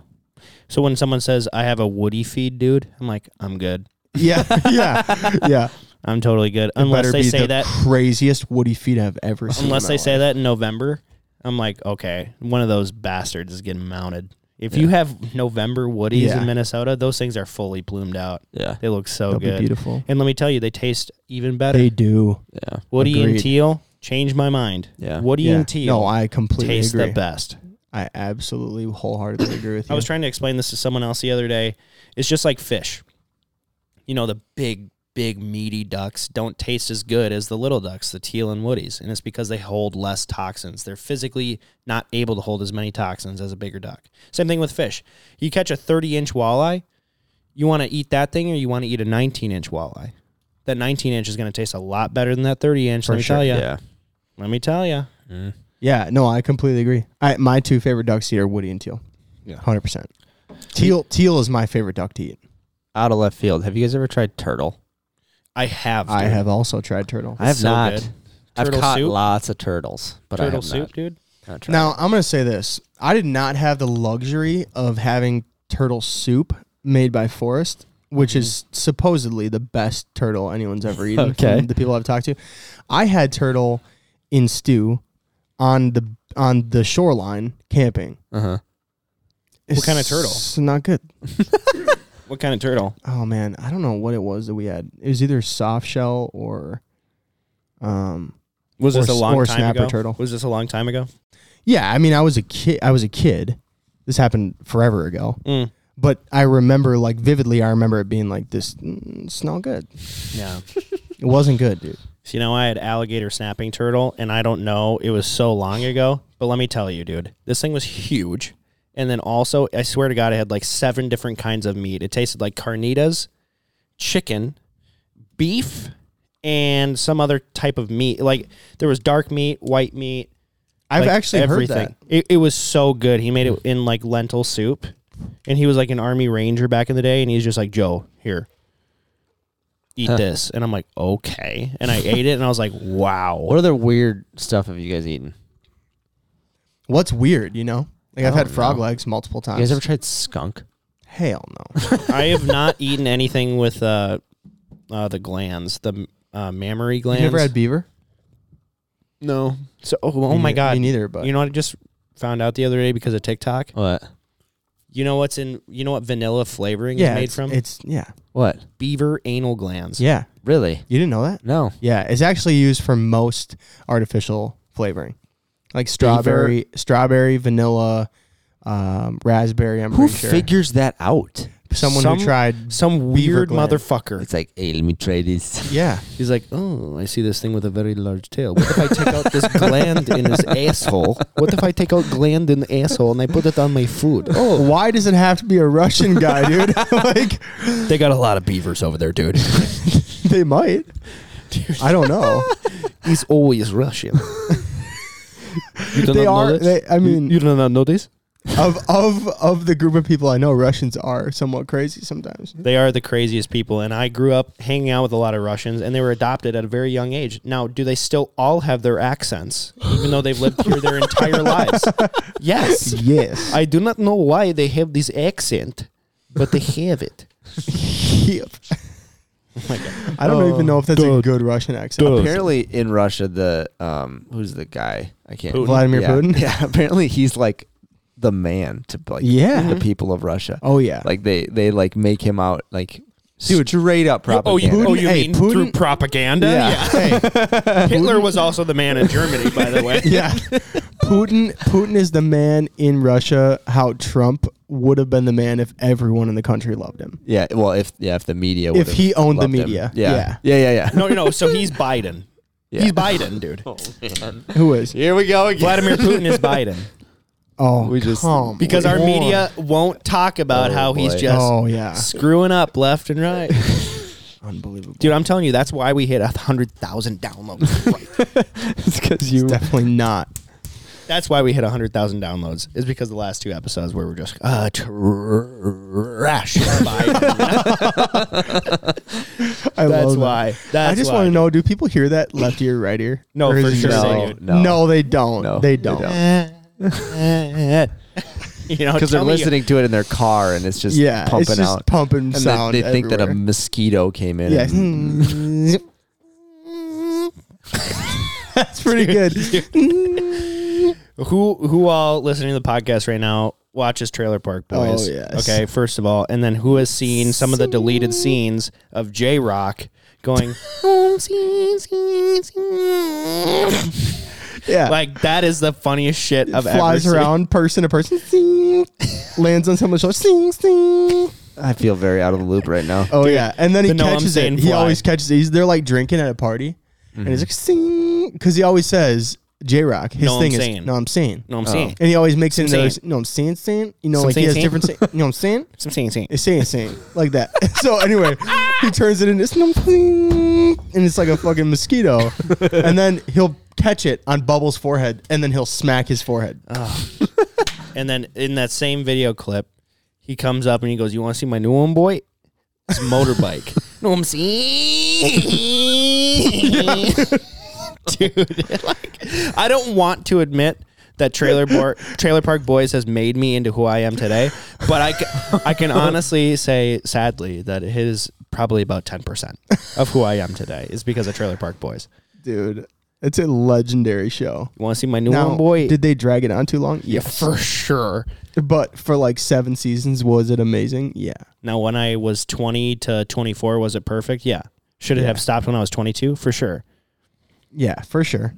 Speaker 2: So when someone says, I have a woody feed, dude, I'm like, I'm good.
Speaker 1: Yeah, yeah, yeah.
Speaker 2: I'm totally good.
Speaker 1: Better
Speaker 2: Unless they
Speaker 1: be
Speaker 2: say
Speaker 1: the
Speaker 2: that,
Speaker 1: craziest woody feet I've ever seen. in
Speaker 2: unless
Speaker 1: my
Speaker 2: they say
Speaker 1: life.
Speaker 2: that in November, I'm like, okay, one of those bastards is getting mounted. If you have November woodies
Speaker 1: Yeah.
Speaker 2: in Minnesota, those things are fully bloomed out.
Speaker 3: Yeah.
Speaker 2: They look so
Speaker 1: They'll be
Speaker 2: Oh, good.
Speaker 1: beautiful.
Speaker 2: And let me tell you, they taste even better.
Speaker 1: They do.
Speaker 3: Yeah.
Speaker 2: Woody and
Speaker 1: Agreed.
Speaker 2: teal change my mind.
Speaker 3: Yeah.
Speaker 2: Woody
Speaker 1: Yeah.
Speaker 2: and teal
Speaker 1: No, I completely
Speaker 2: taste
Speaker 1: agree.
Speaker 2: the best.
Speaker 1: I absolutely wholeheartedly agree with you.
Speaker 2: I was trying to explain this to someone else the other day. It's just like fish. You know, the big, big meaty ducks don't taste as good as the little ducks, the teal and woodies, and it's because they hold less toxins. They're physically not able to hold as many toxins as a bigger duck. Same thing with fish. You catch a 30-inch walleye, you want to eat that thing or you want to eat a 19-inch walleye? That 19-inch is going to taste a lot better than that 30-inch. Let me
Speaker 1: sure,
Speaker 2: tell you.
Speaker 3: Yeah.
Speaker 2: Let me tell you.
Speaker 1: yeah, no, I completely agree. I, my two favorite ducks to eat are Woody and Teal.
Speaker 2: Yeah.
Speaker 1: hundred percent. Teal teal is my favorite duck to eat.
Speaker 3: Out of left field. Have you guys ever tried turtle?
Speaker 2: I have.
Speaker 1: I
Speaker 2: dude.
Speaker 1: have also tried turtle.
Speaker 3: I have
Speaker 2: so
Speaker 3: not.
Speaker 2: good.
Speaker 3: I've
Speaker 2: Turtle
Speaker 3: caught
Speaker 2: soup?
Speaker 3: lots of turtles, but I
Speaker 2: turtle
Speaker 3: have
Speaker 2: soup,
Speaker 3: not,
Speaker 2: dude.
Speaker 3: not tried.
Speaker 1: Now I'm gonna say this: I did not have the luxury of having turtle soup made by Forrest, which is supposedly the best turtle anyone's ever eaten.
Speaker 3: Mm-hmm. Okay.
Speaker 1: from the people I've talked to, I had turtle in stew on the on the shoreline camping.
Speaker 3: Uh-huh.
Speaker 1: It's
Speaker 2: kind of turtle?
Speaker 1: s- Not good.
Speaker 2: What kind of turtle?
Speaker 1: oh man, I don't know what it was that we had. It was either soft shell or, um,
Speaker 2: Was
Speaker 1: Or
Speaker 2: this a
Speaker 1: s-
Speaker 2: long
Speaker 1: or
Speaker 2: time
Speaker 1: snapper
Speaker 2: ago?
Speaker 1: turtle.
Speaker 2: Was this a long time ago?
Speaker 1: yeah. I mean, I was a kid. I was a kid. This happened forever ago,
Speaker 2: Mm.
Speaker 1: but I remember like vividly. I remember it being like this. Mm, it's not good.
Speaker 2: Yeah.
Speaker 1: It wasn't good, dude.
Speaker 2: so, you know, I had alligator snapping turtle, and I don't know. It was so long ago, but let me tell you, dude, this thing was huge. And then also, I swear to God, it had like seven different kinds of meat. It tasted like carnitas, chicken, beef, and some other type of meat. Like there was dark meat, white meat.
Speaker 1: I've
Speaker 2: like,
Speaker 1: actually
Speaker 2: everything.
Speaker 1: heard that.
Speaker 2: It, it was so good. He made it in like lentil soup, and he was like an army ranger back in the day, and he's just like Joe here. Eat this, and I'm like, okay, and I ate it, and I was like, wow.
Speaker 3: What other weird stuff have you guys eaten?
Speaker 1: What's weird, you know? Like I've had
Speaker 3: don't
Speaker 1: frog
Speaker 3: know.
Speaker 1: legs multiple
Speaker 3: You guys
Speaker 1: times.
Speaker 3: ever tried skunk?
Speaker 1: Hell no.
Speaker 2: I have not eaten anything with uh, uh the glands, the uh, mammary
Speaker 1: you
Speaker 2: glands.
Speaker 1: never had beaver?
Speaker 3: No.
Speaker 2: so, oh, oh
Speaker 1: Me
Speaker 2: my
Speaker 1: nei-
Speaker 2: god,
Speaker 1: Me neither, but
Speaker 2: you know what I just found out the other day because of TikTok.
Speaker 3: What?
Speaker 2: You know what's in? You know what vanilla flavoring
Speaker 1: yeah,
Speaker 2: is made
Speaker 1: it's,
Speaker 2: from?
Speaker 1: it's yeah.
Speaker 3: What?
Speaker 2: beaver anal glands.
Speaker 1: Yeah.
Speaker 3: Really?
Speaker 1: You didn't know that?
Speaker 3: No.
Speaker 1: Yeah, it's actually used for most artificial flavoring. Like strawberry, strawberry, vanilla, um, raspberry, I'm
Speaker 3: Who
Speaker 1: pretty sure.
Speaker 3: figures that out?
Speaker 1: Someone
Speaker 2: Some-
Speaker 1: who tried
Speaker 2: Some
Speaker 1: Beaver
Speaker 2: weird
Speaker 1: gland.
Speaker 2: motherfucker.
Speaker 3: It's like, hey, let me try this.
Speaker 1: Yeah.
Speaker 2: He's like, oh, I see this thing with a very large tail. What if I take out this gland in his asshole? What if I take out gland in the asshole and I put it on my food?
Speaker 1: Oh, why does it have to be a Russian guy, dude? like
Speaker 2: They got a lot of beavers over there, dude.
Speaker 1: they might. I don't know.
Speaker 2: He's always Russian. you do
Speaker 1: They are. They, I mean,
Speaker 2: do not know this?
Speaker 1: of of of the group of people I know, Russians are somewhat crazy sometimes.
Speaker 2: They are the craziest people, and I grew up hanging out with a lot of Russians, and they were adopted at a very young age. Now, do they still all have their accents, even though they've lived here their entire lives? Yes.
Speaker 1: Yes.
Speaker 2: I do not know why they have this accent, but they have it.
Speaker 1: Yep. I don't even know if that's a good Russian accent.
Speaker 3: Apparently, in Russia, the um, who's the guy? I can't.
Speaker 2: Putin.
Speaker 1: Vladimir
Speaker 3: yeah.
Speaker 1: Putin?
Speaker 3: Yeah. Apparently, he's like the man to like.
Speaker 1: Yeah.
Speaker 3: The people of Russia.
Speaker 1: Oh yeah.
Speaker 3: Like they they like make him out like straight up
Speaker 2: Oh,
Speaker 3: propaganda.
Speaker 1: Oh,
Speaker 3: Oh,
Speaker 1: Putin- hey, Putin-
Speaker 2: propaganda?
Speaker 3: Yeah.
Speaker 2: Hitler was also the man in Germany, by the way.
Speaker 1: yeah. Putin Putin is the man in Russia how Trump would have been the man if everyone in the country loved him.
Speaker 3: Yeah. Well, if yeah, if the media
Speaker 1: If
Speaker 3: would've
Speaker 1: he owned the
Speaker 3: loved him.
Speaker 1: media.
Speaker 3: Yeah. Yeah. Yeah. Yeah.
Speaker 2: No, no, so he's Biden.
Speaker 3: Yeah. Oh.
Speaker 2: He's Biden, dude.
Speaker 1: Who is?
Speaker 3: Here we go again.
Speaker 2: Vladimir Putin is Biden.
Speaker 1: Oh,
Speaker 3: We just-
Speaker 1: come
Speaker 2: Because our
Speaker 1: on.
Speaker 2: media won't talk about
Speaker 3: Oh,
Speaker 2: how he's
Speaker 3: boy.
Speaker 2: just
Speaker 1: Oh yeah.
Speaker 2: screwing up left and right.
Speaker 1: Unbelievable.
Speaker 2: Dude, I'm telling you, that's why we hit a hundred thousand downloads. Right.
Speaker 3: it's because you.
Speaker 1: Definitely not.
Speaker 2: that's why we hit a hundred thousand downloads. Is because the last two episodes where we're just uh trash. Biden.
Speaker 1: I
Speaker 2: that's
Speaker 1: love that.
Speaker 2: why. That's
Speaker 1: I just
Speaker 2: why.
Speaker 1: want to know: Do people hear that left ear, right ear?
Speaker 2: No,
Speaker 1: Or is
Speaker 2: for
Speaker 1: it
Speaker 2: sure
Speaker 1: just
Speaker 2: they
Speaker 1: like-
Speaker 3: do.
Speaker 1: No,
Speaker 3: No.
Speaker 1: they don't.
Speaker 3: No,
Speaker 1: they
Speaker 3: they
Speaker 1: don't.
Speaker 3: don't.
Speaker 2: you know,
Speaker 3: Because
Speaker 2: Eh,
Speaker 3: they're
Speaker 2: tell me-
Speaker 3: listening to it in their car and it's just
Speaker 1: Yeah,
Speaker 3: pumping
Speaker 1: it's just
Speaker 3: out
Speaker 1: pumping
Speaker 3: and they-
Speaker 1: sound.
Speaker 3: They, think that a
Speaker 1: everywhere.
Speaker 3: mosquito came in. and-
Speaker 1: Yeah. That's pretty good.
Speaker 2: Who who all listening to the podcast right now watches Trailer Park
Speaker 1: Oh,
Speaker 2: Boys?
Speaker 1: yes.
Speaker 2: Okay, first of all, and then who has seen some of the deleted scenes of J Rock going
Speaker 1: Yeah.
Speaker 2: like that is the funniest shit I've
Speaker 1: flies
Speaker 2: ever
Speaker 1: around person to person, sing, lands on someone's shoulder, sing, sing.
Speaker 3: I feel very out of the loop right now.
Speaker 1: Oh yeah, and then he
Speaker 2: the Noam
Speaker 1: catches it.
Speaker 2: Zayn
Speaker 1: He
Speaker 2: fly.
Speaker 1: always catches it. He's they're like drinking at a party, and he's like sing because he always says J Rock. His
Speaker 2: Noam
Speaker 1: thing
Speaker 2: Zayn.
Speaker 1: is Mm-hmm. no, I'm saying,
Speaker 2: No, I'm saying.
Speaker 1: and he always makes it into
Speaker 2: Zayn.
Speaker 1: those, no, I'm saying, saying. You know,
Speaker 2: Some
Speaker 1: like he
Speaker 2: Zayn,
Speaker 1: has
Speaker 2: Zayn.
Speaker 1: different. Say, you know, what I'm saying,
Speaker 2: I'm saying, saying.
Speaker 1: it's saying, saying like that. so anyway, he turns it into no, I'm saying, and it's like a fucking mosquito, and then he'll catch it on Bubble's forehead, and then he'll smack his forehead.
Speaker 2: And then in that same video clip, he comes up and he goes, "You want to see my new one, boy? It's a motorbike." no, I'm seeing, dude. Like, I don't want to admit that Trailer Park Trailer Park Boys has made me into who I am today, but I ca- I can honestly say, sadly, that it is probably about ten percent of who I am today is because of Trailer Park Boys.
Speaker 1: Dude, it's a legendary show.
Speaker 2: You want to see my new
Speaker 1: Now,
Speaker 2: one, boy?
Speaker 1: did they drag it on too long? Yes.
Speaker 2: for sure.
Speaker 1: But for like seven seasons, was it amazing? Yeah.
Speaker 2: Now, when I was 20 to 24, was it perfect? Yeah. Should it have stopped when I was 22? For sure.
Speaker 1: Yeah, for sure.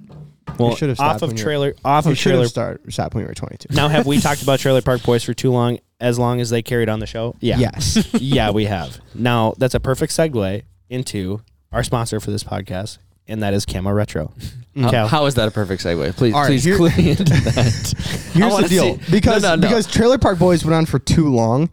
Speaker 2: Well,
Speaker 1: should have
Speaker 2: off
Speaker 1: stopped
Speaker 2: of
Speaker 1: when you-
Speaker 2: trailer, off
Speaker 1: You
Speaker 2: of
Speaker 1: should
Speaker 2: trailer.
Speaker 1: have start, stopped when you were 22.
Speaker 2: Now, have we talked about Trailer Park Boys for too long? As long as they carried on the show, yeah,
Speaker 1: Yes.
Speaker 2: yeah, we have. Now, that's a perfect segue into our sponsor for this podcast, and that is Camo Retro.
Speaker 3: How-
Speaker 2: Cal,
Speaker 3: how is that a perfect segue? Please,
Speaker 1: All right,
Speaker 3: please
Speaker 1: here-
Speaker 3: clean into that. I
Speaker 1: Here's the
Speaker 3: wanna
Speaker 1: deal.
Speaker 3: see-
Speaker 1: Because,
Speaker 3: No, no, no.
Speaker 1: because Trailer Park Boys went on for too long.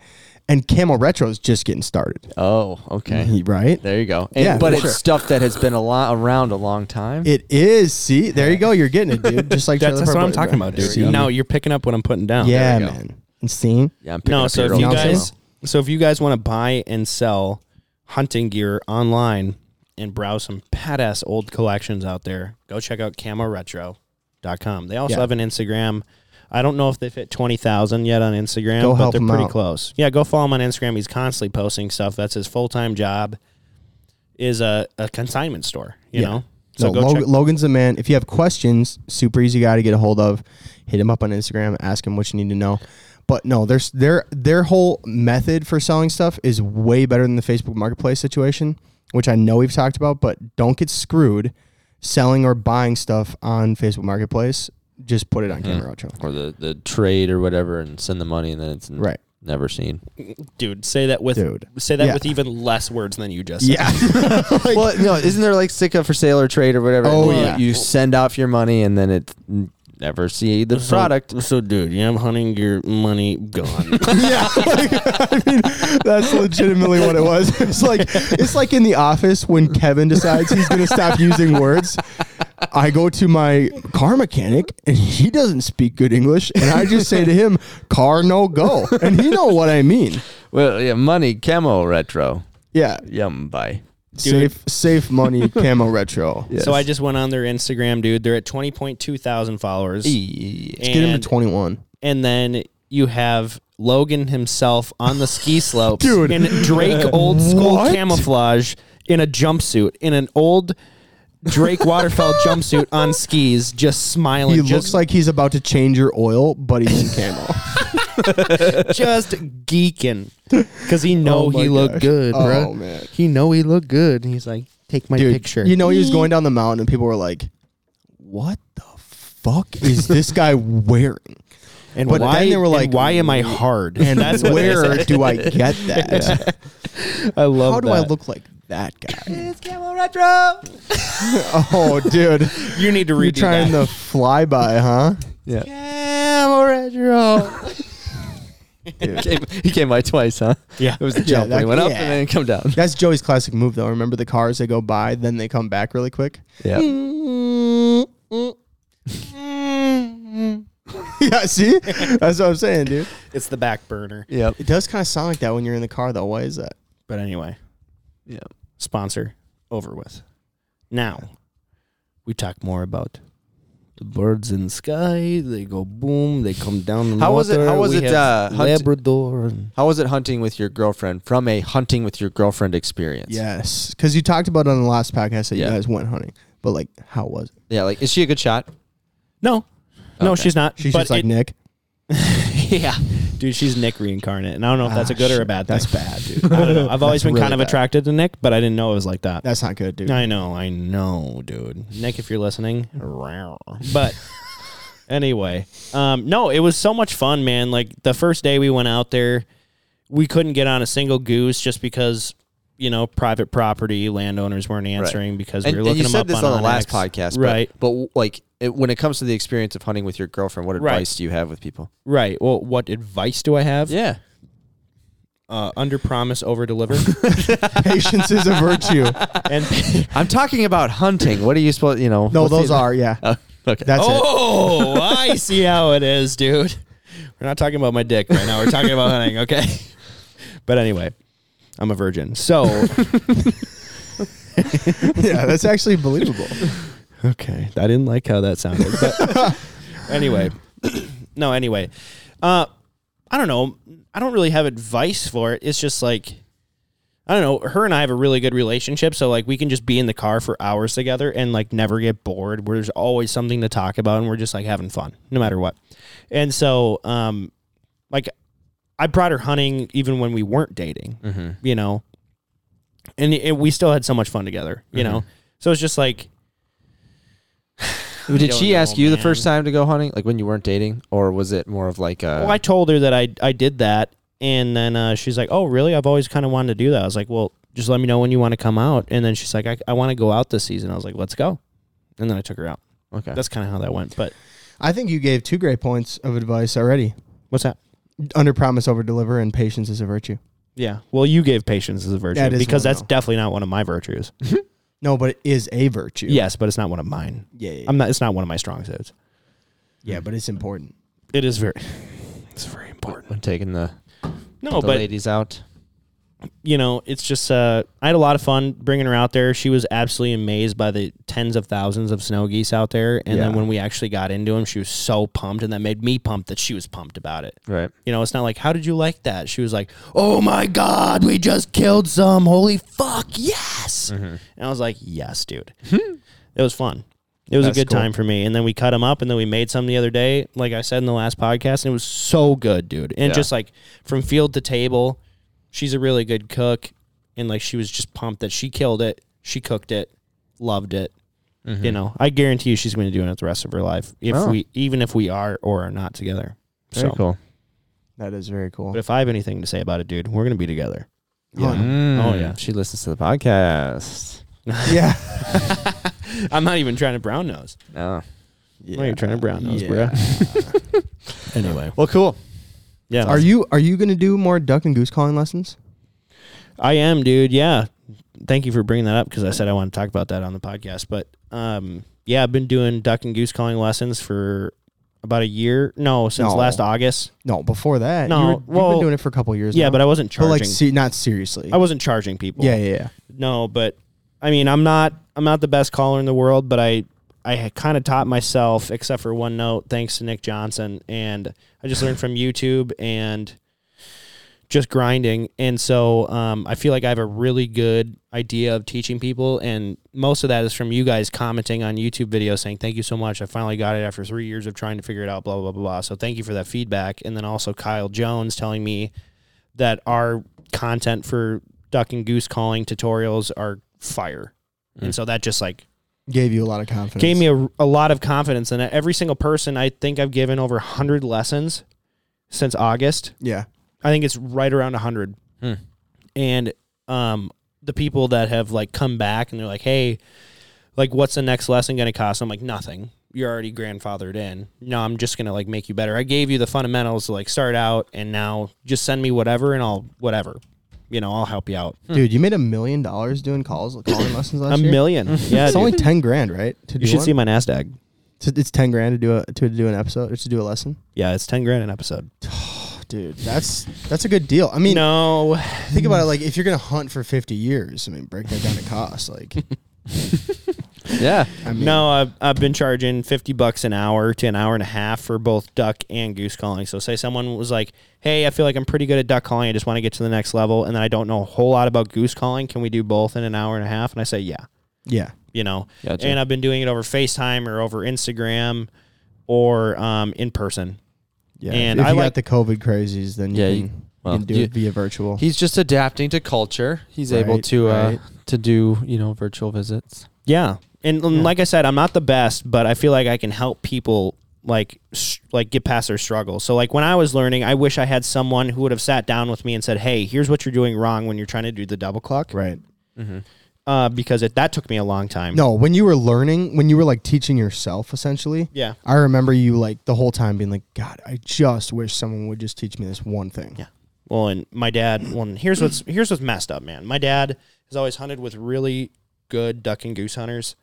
Speaker 1: and Camo Retro is just getting started,
Speaker 3: Oh,
Speaker 2: Uh-huh.
Speaker 3: okay.
Speaker 1: right?
Speaker 3: There you go. And,
Speaker 1: Yeah,
Speaker 3: but
Speaker 1: for
Speaker 3: it's
Speaker 1: sure.
Speaker 3: stuff that has been a lot around a long time.
Speaker 1: It is. See, there you go. You're getting it, dude. Just like
Speaker 2: That's,
Speaker 1: Trailer
Speaker 2: that's
Speaker 1: Park
Speaker 2: what I'm
Speaker 1: Boys,
Speaker 2: talking
Speaker 1: bro.
Speaker 2: about, dude.
Speaker 1: See?
Speaker 2: Now you're picking up what I'm putting down.
Speaker 1: yeah,
Speaker 3: There we go.
Speaker 1: man. And seeing
Speaker 3: yeah, I'm picking
Speaker 2: No,
Speaker 3: up
Speaker 2: so
Speaker 3: your
Speaker 2: if you
Speaker 1: old
Speaker 3: old
Speaker 2: guys,
Speaker 3: info.
Speaker 2: so if you guys want to buy and sell hunting gear online and browse some badass old collections out there, go check out camoretro.com. They also
Speaker 1: Yeah.
Speaker 2: have an Instagram. I don't know if they've hit 20,000 yet on Instagram,
Speaker 1: Go
Speaker 2: but
Speaker 1: help
Speaker 2: they're
Speaker 1: him
Speaker 2: pretty
Speaker 1: out.
Speaker 2: close. Yeah, go follow him on Instagram. He's constantly posting stuff. That's his full-time job is a, a consignment store, you
Speaker 1: Yeah.
Speaker 2: know?
Speaker 1: So
Speaker 2: So go
Speaker 1: Log-
Speaker 2: check
Speaker 1: Logan's a man. If you have questions, super easy guy to get a hold of. Hit him up on Instagram. Ask him what you need to know. But no, there's their their whole method for selling stuff is way better than the Facebook Marketplace situation, which I know we've talked about. But don't get screwed selling or buying stuff on Facebook Marketplace. Just put it on Camera Retro.
Speaker 3: or the, the trade or whatever and send the money and then it's n-
Speaker 1: Right.
Speaker 3: never seen.
Speaker 2: dude, say that with
Speaker 1: Dude.
Speaker 2: say that
Speaker 1: Yeah.
Speaker 2: with even less words than you just said.
Speaker 1: Yeah. Like-
Speaker 3: well, no, isn't there like sick up for sale or trade or whatever?
Speaker 1: Oh,
Speaker 3: You-
Speaker 1: yeah.
Speaker 3: You send off your money and then it n- never see the
Speaker 2: So-
Speaker 3: product.
Speaker 2: So, dude, you have hunting your money gone.
Speaker 1: yeah, like, I mean that's legitimately what it was. It's like it's like in the office when Kevin decides he's gonna stop using words. I go to my car mechanic and he doesn't speak good English, and I just say to him, "Car no go," and he know what I mean.
Speaker 3: Well, yeah, money, camo, retro.
Speaker 1: Yeah,
Speaker 3: Yum, bye.
Speaker 1: safe safe money camo retro.
Speaker 3: Yeah.
Speaker 2: So I just went on their Instagram, dude. They're at twenty point two thousand followers,
Speaker 3: Yeah.
Speaker 2: and,
Speaker 1: Get him to twenty one.
Speaker 2: and then you have Logan himself on the ski slopes,
Speaker 1: Dude.
Speaker 2: in Drake old school
Speaker 1: What?
Speaker 2: camouflage, in a jumpsuit, in an old Drake waterfell jumpsuit on skis, just smiling.
Speaker 1: He
Speaker 2: just,
Speaker 1: looks like he's about to change your oil, but he's in camo.
Speaker 2: just geeking because he know
Speaker 1: Oh my
Speaker 2: he looked
Speaker 1: gosh.
Speaker 2: good,
Speaker 1: Oh,
Speaker 2: bro.
Speaker 1: man.
Speaker 2: He know he looked good, and he's like, "Take my
Speaker 1: Dude,
Speaker 2: picture."
Speaker 1: You know, he was going down the mountain, and people were like, "What the fuck is this guy wearing?"
Speaker 2: And
Speaker 1: But
Speaker 2: why
Speaker 1: then they were
Speaker 2: and
Speaker 1: like,
Speaker 2: "Why am I hard?"
Speaker 1: And
Speaker 2: what they
Speaker 1: where
Speaker 2: said.
Speaker 1: do I get that?
Speaker 2: I love.
Speaker 1: How do I
Speaker 2: that.
Speaker 1: look like that guy?
Speaker 3: camo, retro.
Speaker 1: oh, dude,
Speaker 2: You need to
Speaker 1: you're
Speaker 2: read
Speaker 1: trying to fly by, huh?
Speaker 3: Yeah.
Speaker 2: Camo retro.
Speaker 3: Came, he came by twice, huh?
Speaker 2: Yeah.
Speaker 3: It was the
Speaker 1: Yeah,
Speaker 3: jump. when he
Speaker 1: that-
Speaker 3: went up
Speaker 1: yeah.
Speaker 3: and then come down.
Speaker 1: That's Joey's classic move, though. Remember the cars they go by, then they come back really quick.
Speaker 3: Yeah.
Speaker 1: yeah, see, that's what I'm saying, dude.
Speaker 2: it's the back burner.
Speaker 3: Yep.
Speaker 1: It does kind of sound like that when you're in the car, though. Why is that?
Speaker 2: But anyway,
Speaker 3: Yeah.
Speaker 2: sponsor over with. Now, we talk more about the birds in the sky. They go boom. They come down. in
Speaker 3: How was it-
Speaker 2: water.
Speaker 3: how was
Speaker 2: We
Speaker 3: it,
Speaker 2: have
Speaker 3: uh, hunt-
Speaker 2: Labrador. And
Speaker 3: How was it hunting with your girlfriend from a hunting with your girlfriend experience?
Speaker 1: Yes, because you talked about it on the last podcast that
Speaker 3: Yeah.
Speaker 1: you guys went hunting, but like, how was it?
Speaker 3: Yeah. Like, is she a good shot?
Speaker 2: no, no,
Speaker 3: Okay.
Speaker 2: she's not.
Speaker 1: She's
Speaker 2: But
Speaker 1: just like
Speaker 2: it-
Speaker 1: Nick.
Speaker 2: yeah, dude, she's Nick reincarnate, and I don't know if that's
Speaker 1: Ah,
Speaker 2: a good or a
Speaker 1: shit,
Speaker 2: bad.
Speaker 1: That's
Speaker 2: thing.
Speaker 1: bad, dude.
Speaker 2: I don't know. I've always
Speaker 1: That's
Speaker 2: been kind
Speaker 1: really bad.
Speaker 2: of attracted to Nick, but I didn't know it was like that.
Speaker 1: That's not good, dude.
Speaker 2: I know, I know, dude. Nick, if you're listening, rawr. but anyway, um, no, it was so much fun, man. Like the first day we went out there, we couldn't get on a single goose just because you know private property landowners weren't answering because we
Speaker 3: And,
Speaker 2: were
Speaker 3: and
Speaker 2: looking
Speaker 3: you
Speaker 2: them
Speaker 3: said
Speaker 2: up
Speaker 3: this
Speaker 2: on,
Speaker 3: on, the last
Speaker 2: Onyx.
Speaker 3: podcast,
Speaker 2: right?
Speaker 3: But, but like, it, when it comes to the experience of hunting with your girlfriend, what
Speaker 2: Right.
Speaker 3: advice do you have with people?
Speaker 2: Right. Well, what advice do I have?
Speaker 3: Yeah.
Speaker 2: Uh, under promise, over deliver,
Speaker 1: Patience is a virtue.
Speaker 2: and
Speaker 3: I'm talking about hunting. What are you supposed? You know.
Speaker 1: No,
Speaker 3: what's the-
Speaker 1: those are yeah.
Speaker 3: Oh, okay.
Speaker 1: That's it.
Speaker 2: oh, I see how it is, dude. We're not talking about my dick right now. We're talking about hunting, okay? But anyway, I'm a virgin. So,
Speaker 1: Yeah, that's actually believable.
Speaker 2: okay. I didn't like how that sounded. but anyway, no, anyway. Uh, I don't know. I don't really have advice for it. It's just like, I don't know. Her and I have a really good relationship. So, like, we can just be in the car for hours together and, like, never get bored. Where there's always something to talk about and we're just, like, having fun no matter what. And so, um, like, I brought her hunting even when we weren't dating,
Speaker 3: Mm-hmm.
Speaker 2: you know, and it, we still had so much fun together, you
Speaker 3: Mm-hmm.
Speaker 2: know. So it's just like,
Speaker 3: Did
Speaker 2: don't
Speaker 3: she
Speaker 2: know,
Speaker 3: ask you the first
Speaker 2: man.
Speaker 3: time to go hunting, like when you weren't dating, or was it more of like a?
Speaker 2: well, I told her that I I did that, and then uh, she's like, "Oh, really? I've always kind of wanted to do that." I was like, "Well, just let me know when you want to come out." And then she's like, "I, I want to go out this season." I was like, "Let's go," and then I took her out.
Speaker 3: okay.
Speaker 2: That's kind of how that went. But
Speaker 1: I think you gave two great points of advice already.
Speaker 2: what's that?
Speaker 1: under promise over deliver and patience is a virtue.
Speaker 2: Yeah. Well, you gave patience as a virtue
Speaker 1: That is
Speaker 2: because
Speaker 1: one,
Speaker 2: that's
Speaker 1: though.
Speaker 2: definitely not one of my virtues.
Speaker 1: No, but it is a virtue.
Speaker 2: yes, but it's not one of mine.
Speaker 1: Yeah. Yeah,
Speaker 2: I'm not. It's not one of my strong suits.
Speaker 1: yeah, but it's important.
Speaker 2: It is very. It's very important.
Speaker 3: I'm taking the,
Speaker 2: No,
Speaker 3: the
Speaker 2: Oh, but
Speaker 3: ladies out.
Speaker 2: you know, it's just. Uh, I had a lot of fun bringing her out there. She was absolutely amazed by the tens of thousands of snow geese out there. And then
Speaker 3: Yeah.
Speaker 2: when we actually got into them, she was so pumped, and that made me pumped that she was pumped about it.
Speaker 3: Right.
Speaker 2: You know, it's not like, how did you like that? She was like, oh my God, we just killed some. Holy fuck, yes.
Speaker 3: Mm-hmm.
Speaker 2: And I was like, yes, dude. it was fun. It was
Speaker 3: Hmm. That's
Speaker 2: a good
Speaker 3: cool.
Speaker 2: time for me. And then we cut them up and then we made some the other day, like I said in the last podcast. And it was so good, dude. And
Speaker 3: Yeah.
Speaker 2: just like from field to table, she's a really good cook. And like she was just pumped that she killed it. She cooked it, loved it. You know, I guarantee you she's going to do it the rest of her life if
Speaker 3: Mm-hmm. Oh.
Speaker 2: we, even if we are or are not together.
Speaker 3: Very
Speaker 2: so
Speaker 3: cool.
Speaker 1: That is very cool.
Speaker 2: but if I have anything to say about it, dude, we're gonna be together.
Speaker 3: Mm.
Speaker 2: Oh, yeah.
Speaker 3: She listens to the podcast.
Speaker 1: yeah.
Speaker 2: I'm not even trying to brown nose.
Speaker 3: Oh.
Speaker 1: yeah.
Speaker 2: Why are you trying to brown nose, bro? Anyway,
Speaker 3: Well, cool.
Speaker 2: yeah,
Speaker 1: Are you are you gonna do more duck and goose calling lessons?
Speaker 2: I am, dude. Yeah, thank you for bringing that up because I said I want to talk about that on the podcast. But um, yeah, I've been doing duck and goose calling lessons for about a year. No, since
Speaker 1: No.
Speaker 2: last August.
Speaker 1: No, before that.
Speaker 2: No,
Speaker 1: you were, you've
Speaker 2: well,
Speaker 1: been doing it for a couple of years.
Speaker 2: Yeah,
Speaker 1: now.
Speaker 2: but I wasn't
Speaker 1: but
Speaker 2: charging.
Speaker 1: like see, not seriously.
Speaker 2: I wasn't charging people.
Speaker 1: yeah, yeah, yeah.
Speaker 2: No, but I mean, I'm not I'm not the best caller in the world, but I I kind of taught myself except for one note thanks to Nick Johnson and I just learned from YouTube and just grinding. And so um, I feel like I have a really good idea of teaching people. And most of that is from you guys commenting on YouTube videos saying, Thank you so much. I finally got it after three years of trying to figure it out, blah, blah, blah, blah. So thank you for that feedback. And then also Kyle Jones telling me that our content for duck and goose calling tutorials are fire. And so that just like
Speaker 1: Gave you a lot of confidence.
Speaker 2: gave me a, a lot of confidence. And every single person, I think I've given over 100 lessons since August.
Speaker 1: Yeah.
Speaker 2: I think it's right around 100.
Speaker 3: Hmm.
Speaker 2: And um, the people that have like come back and they're like, hey, like, what's the next lesson going to cost? I'm like, nothing. You're already grandfathered in. No, I'm just going to like make you better. I gave you the fundamentals to like start out and now just send me whatever and I'll, whatever. You know, I'll help you out.
Speaker 1: Dude, you made a million dollars doing calls calling lessons last
Speaker 2: Hmm. A
Speaker 1: year.
Speaker 2: million. Yeah.
Speaker 1: It's
Speaker 2: dude.
Speaker 1: only ten grand, right? To
Speaker 2: you
Speaker 1: do
Speaker 2: should
Speaker 1: one?
Speaker 2: see my NASDAQ.
Speaker 1: It's- It's ten grand to do a to do an episode or to do a lesson.
Speaker 2: Yeah, it's 10 grand an episode.
Speaker 1: Dude, that's that's a good deal. I mean,
Speaker 2: Oh, No.
Speaker 1: think about it. Like, if you're gonna hunt for fifty years, I mean, break that down to cost. Like,
Speaker 3: Yeah.
Speaker 1: I mean,
Speaker 2: No, I've, I've been charging 50 bucks an hour to an hour and a half for both duck and goose calling. So, say someone was like, Hey, I feel like I'm pretty good at duck calling. I just want to get to the next level. And then I don't know a whole lot about goose calling. Can we do both in an hour and a half? And I say, Yeah,
Speaker 1: yeah,
Speaker 2: you know.
Speaker 3: Gotcha.
Speaker 2: And I've been doing it over FaceTime or over Instagram or um, in person.
Speaker 1: yeah.
Speaker 2: And
Speaker 1: if
Speaker 2: I
Speaker 1: you got
Speaker 2: like-
Speaker 1: the COVID crazies, then you
Speaker 3: Yeah,
Speaker 1: can,
Speaker 3: you-
Speaker 1: you
Speaker 3: well,
Speaker 1: can do
Speaker 3: you-
Speaker 1: it via virtual.
Speaker 3: He's just adapting to culture. He's able
Speaker 1: Right,
Speaker 3: to uh,
Speaker 1: right.
Speaker 3: to do you know virtual visits.
Speaker 2: Yeah, and and like I said, I'm not the best, but I feel like I can help people like s like get past their struggles. So like when I was learning, I wish I had someone who would have sat down with me and said, "Hey, here's what you're doing wrong when you're trying to do the double clock,"
Speaker 1: right.
Speaker 2: uh, because it, that took me a long time.
Speaker 1: No, when you were learning, when you were like teaching yourself, essentially.
Speaker 2: Yeah.
Speaker 1: I remember you like the whole time being like, God, I just wish someone would just teach me this one thing.
Speaker 2: Yeah. Well, and my dad. Well, and here's what's here's what's messed up, man. My dad has always hunted with really good duck and goose hunters.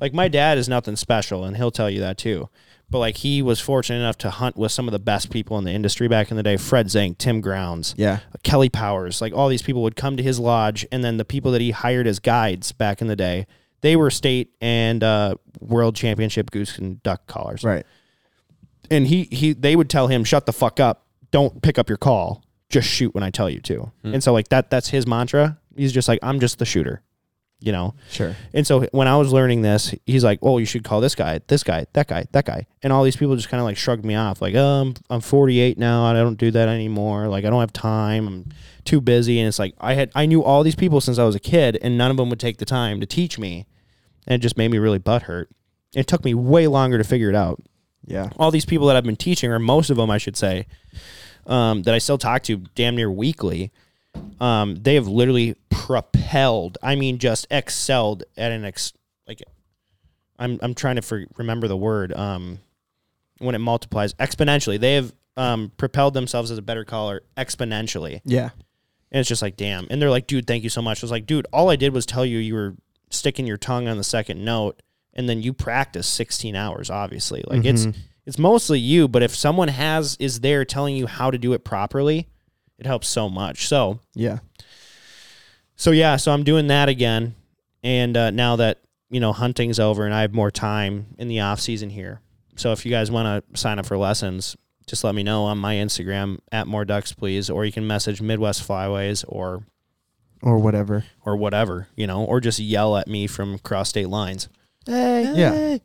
Speaker 2: Like my dad is nothing special, and he'll tell you that too. But like he was fortunate enough to hunt with some of the best people in the industry back in the day: Fred Zank, Tim Grounds,
Speaker 1: Yeah.
Speaker 2: Kelly Powers, like all these people would come to his lodge, and then the people that he hired as guides back in the day, they were state and uh, world championship goose and duck callers.
Speaker 1: Right.
Speaker 2: And he he they would tell him, "Shut the fuck up! Don't pick up your call. Just shoot when I tell you to." And so like that that's his mantra. He's just like, "I'm just the shooter," you know.
Speaker 1: Sure.
Speaker 2: And so when I was learning this, he's like, "Oh, you should call this guy, this guy, that guy, that guy," and all these people just kind of like shrugged me off, like, "Um, I'm 48 now, and I don't do that anymore. Like, I don't have time. I'm too busy." And it's like I had I knew all these people since I was a kid, and none of them would take the time to teach me, and it just made me really butthurt. It took me way longer to figure it out
Speaker 1: Yeah.
Speaker 2: all these people that I've been teaching, or most of them, I should say, um, that I still talk to damn near weekly, um, they have literally propelled. I mean, just excelled at an ex. Like, I'm I'm trying to for, remember the word. Um, when it multiplies exponentially, they have um, propelled themselves as a better caller exponentially.
Speaker 1: Yeah.
Speaker 2: And it's just like, damn. And they're like, dude, thank you so much. I was like, dude, all I did was tell you you were sticking your tongue on the second note, and then you practice 16 hours, obviously. Like it's it's mostly you, but if someone has is there telling you how to do it properly, it helps so much. So
Speaker 1: Yeah.
Speaker 2: so yeah, so I'm doing that again, and uh, now that you know hunting's over and I have more time in the off season here, so if you guys want to sign up for lessons, just let me know on my Instagram at more ducks please, or you can message Midwest Flyways or
Speaker 1: Or whatever.
Speaker 2: or whatever you know, or just yell at me from cross state lines.
Speaker 3: Hey,
Speaker 1: Yeah.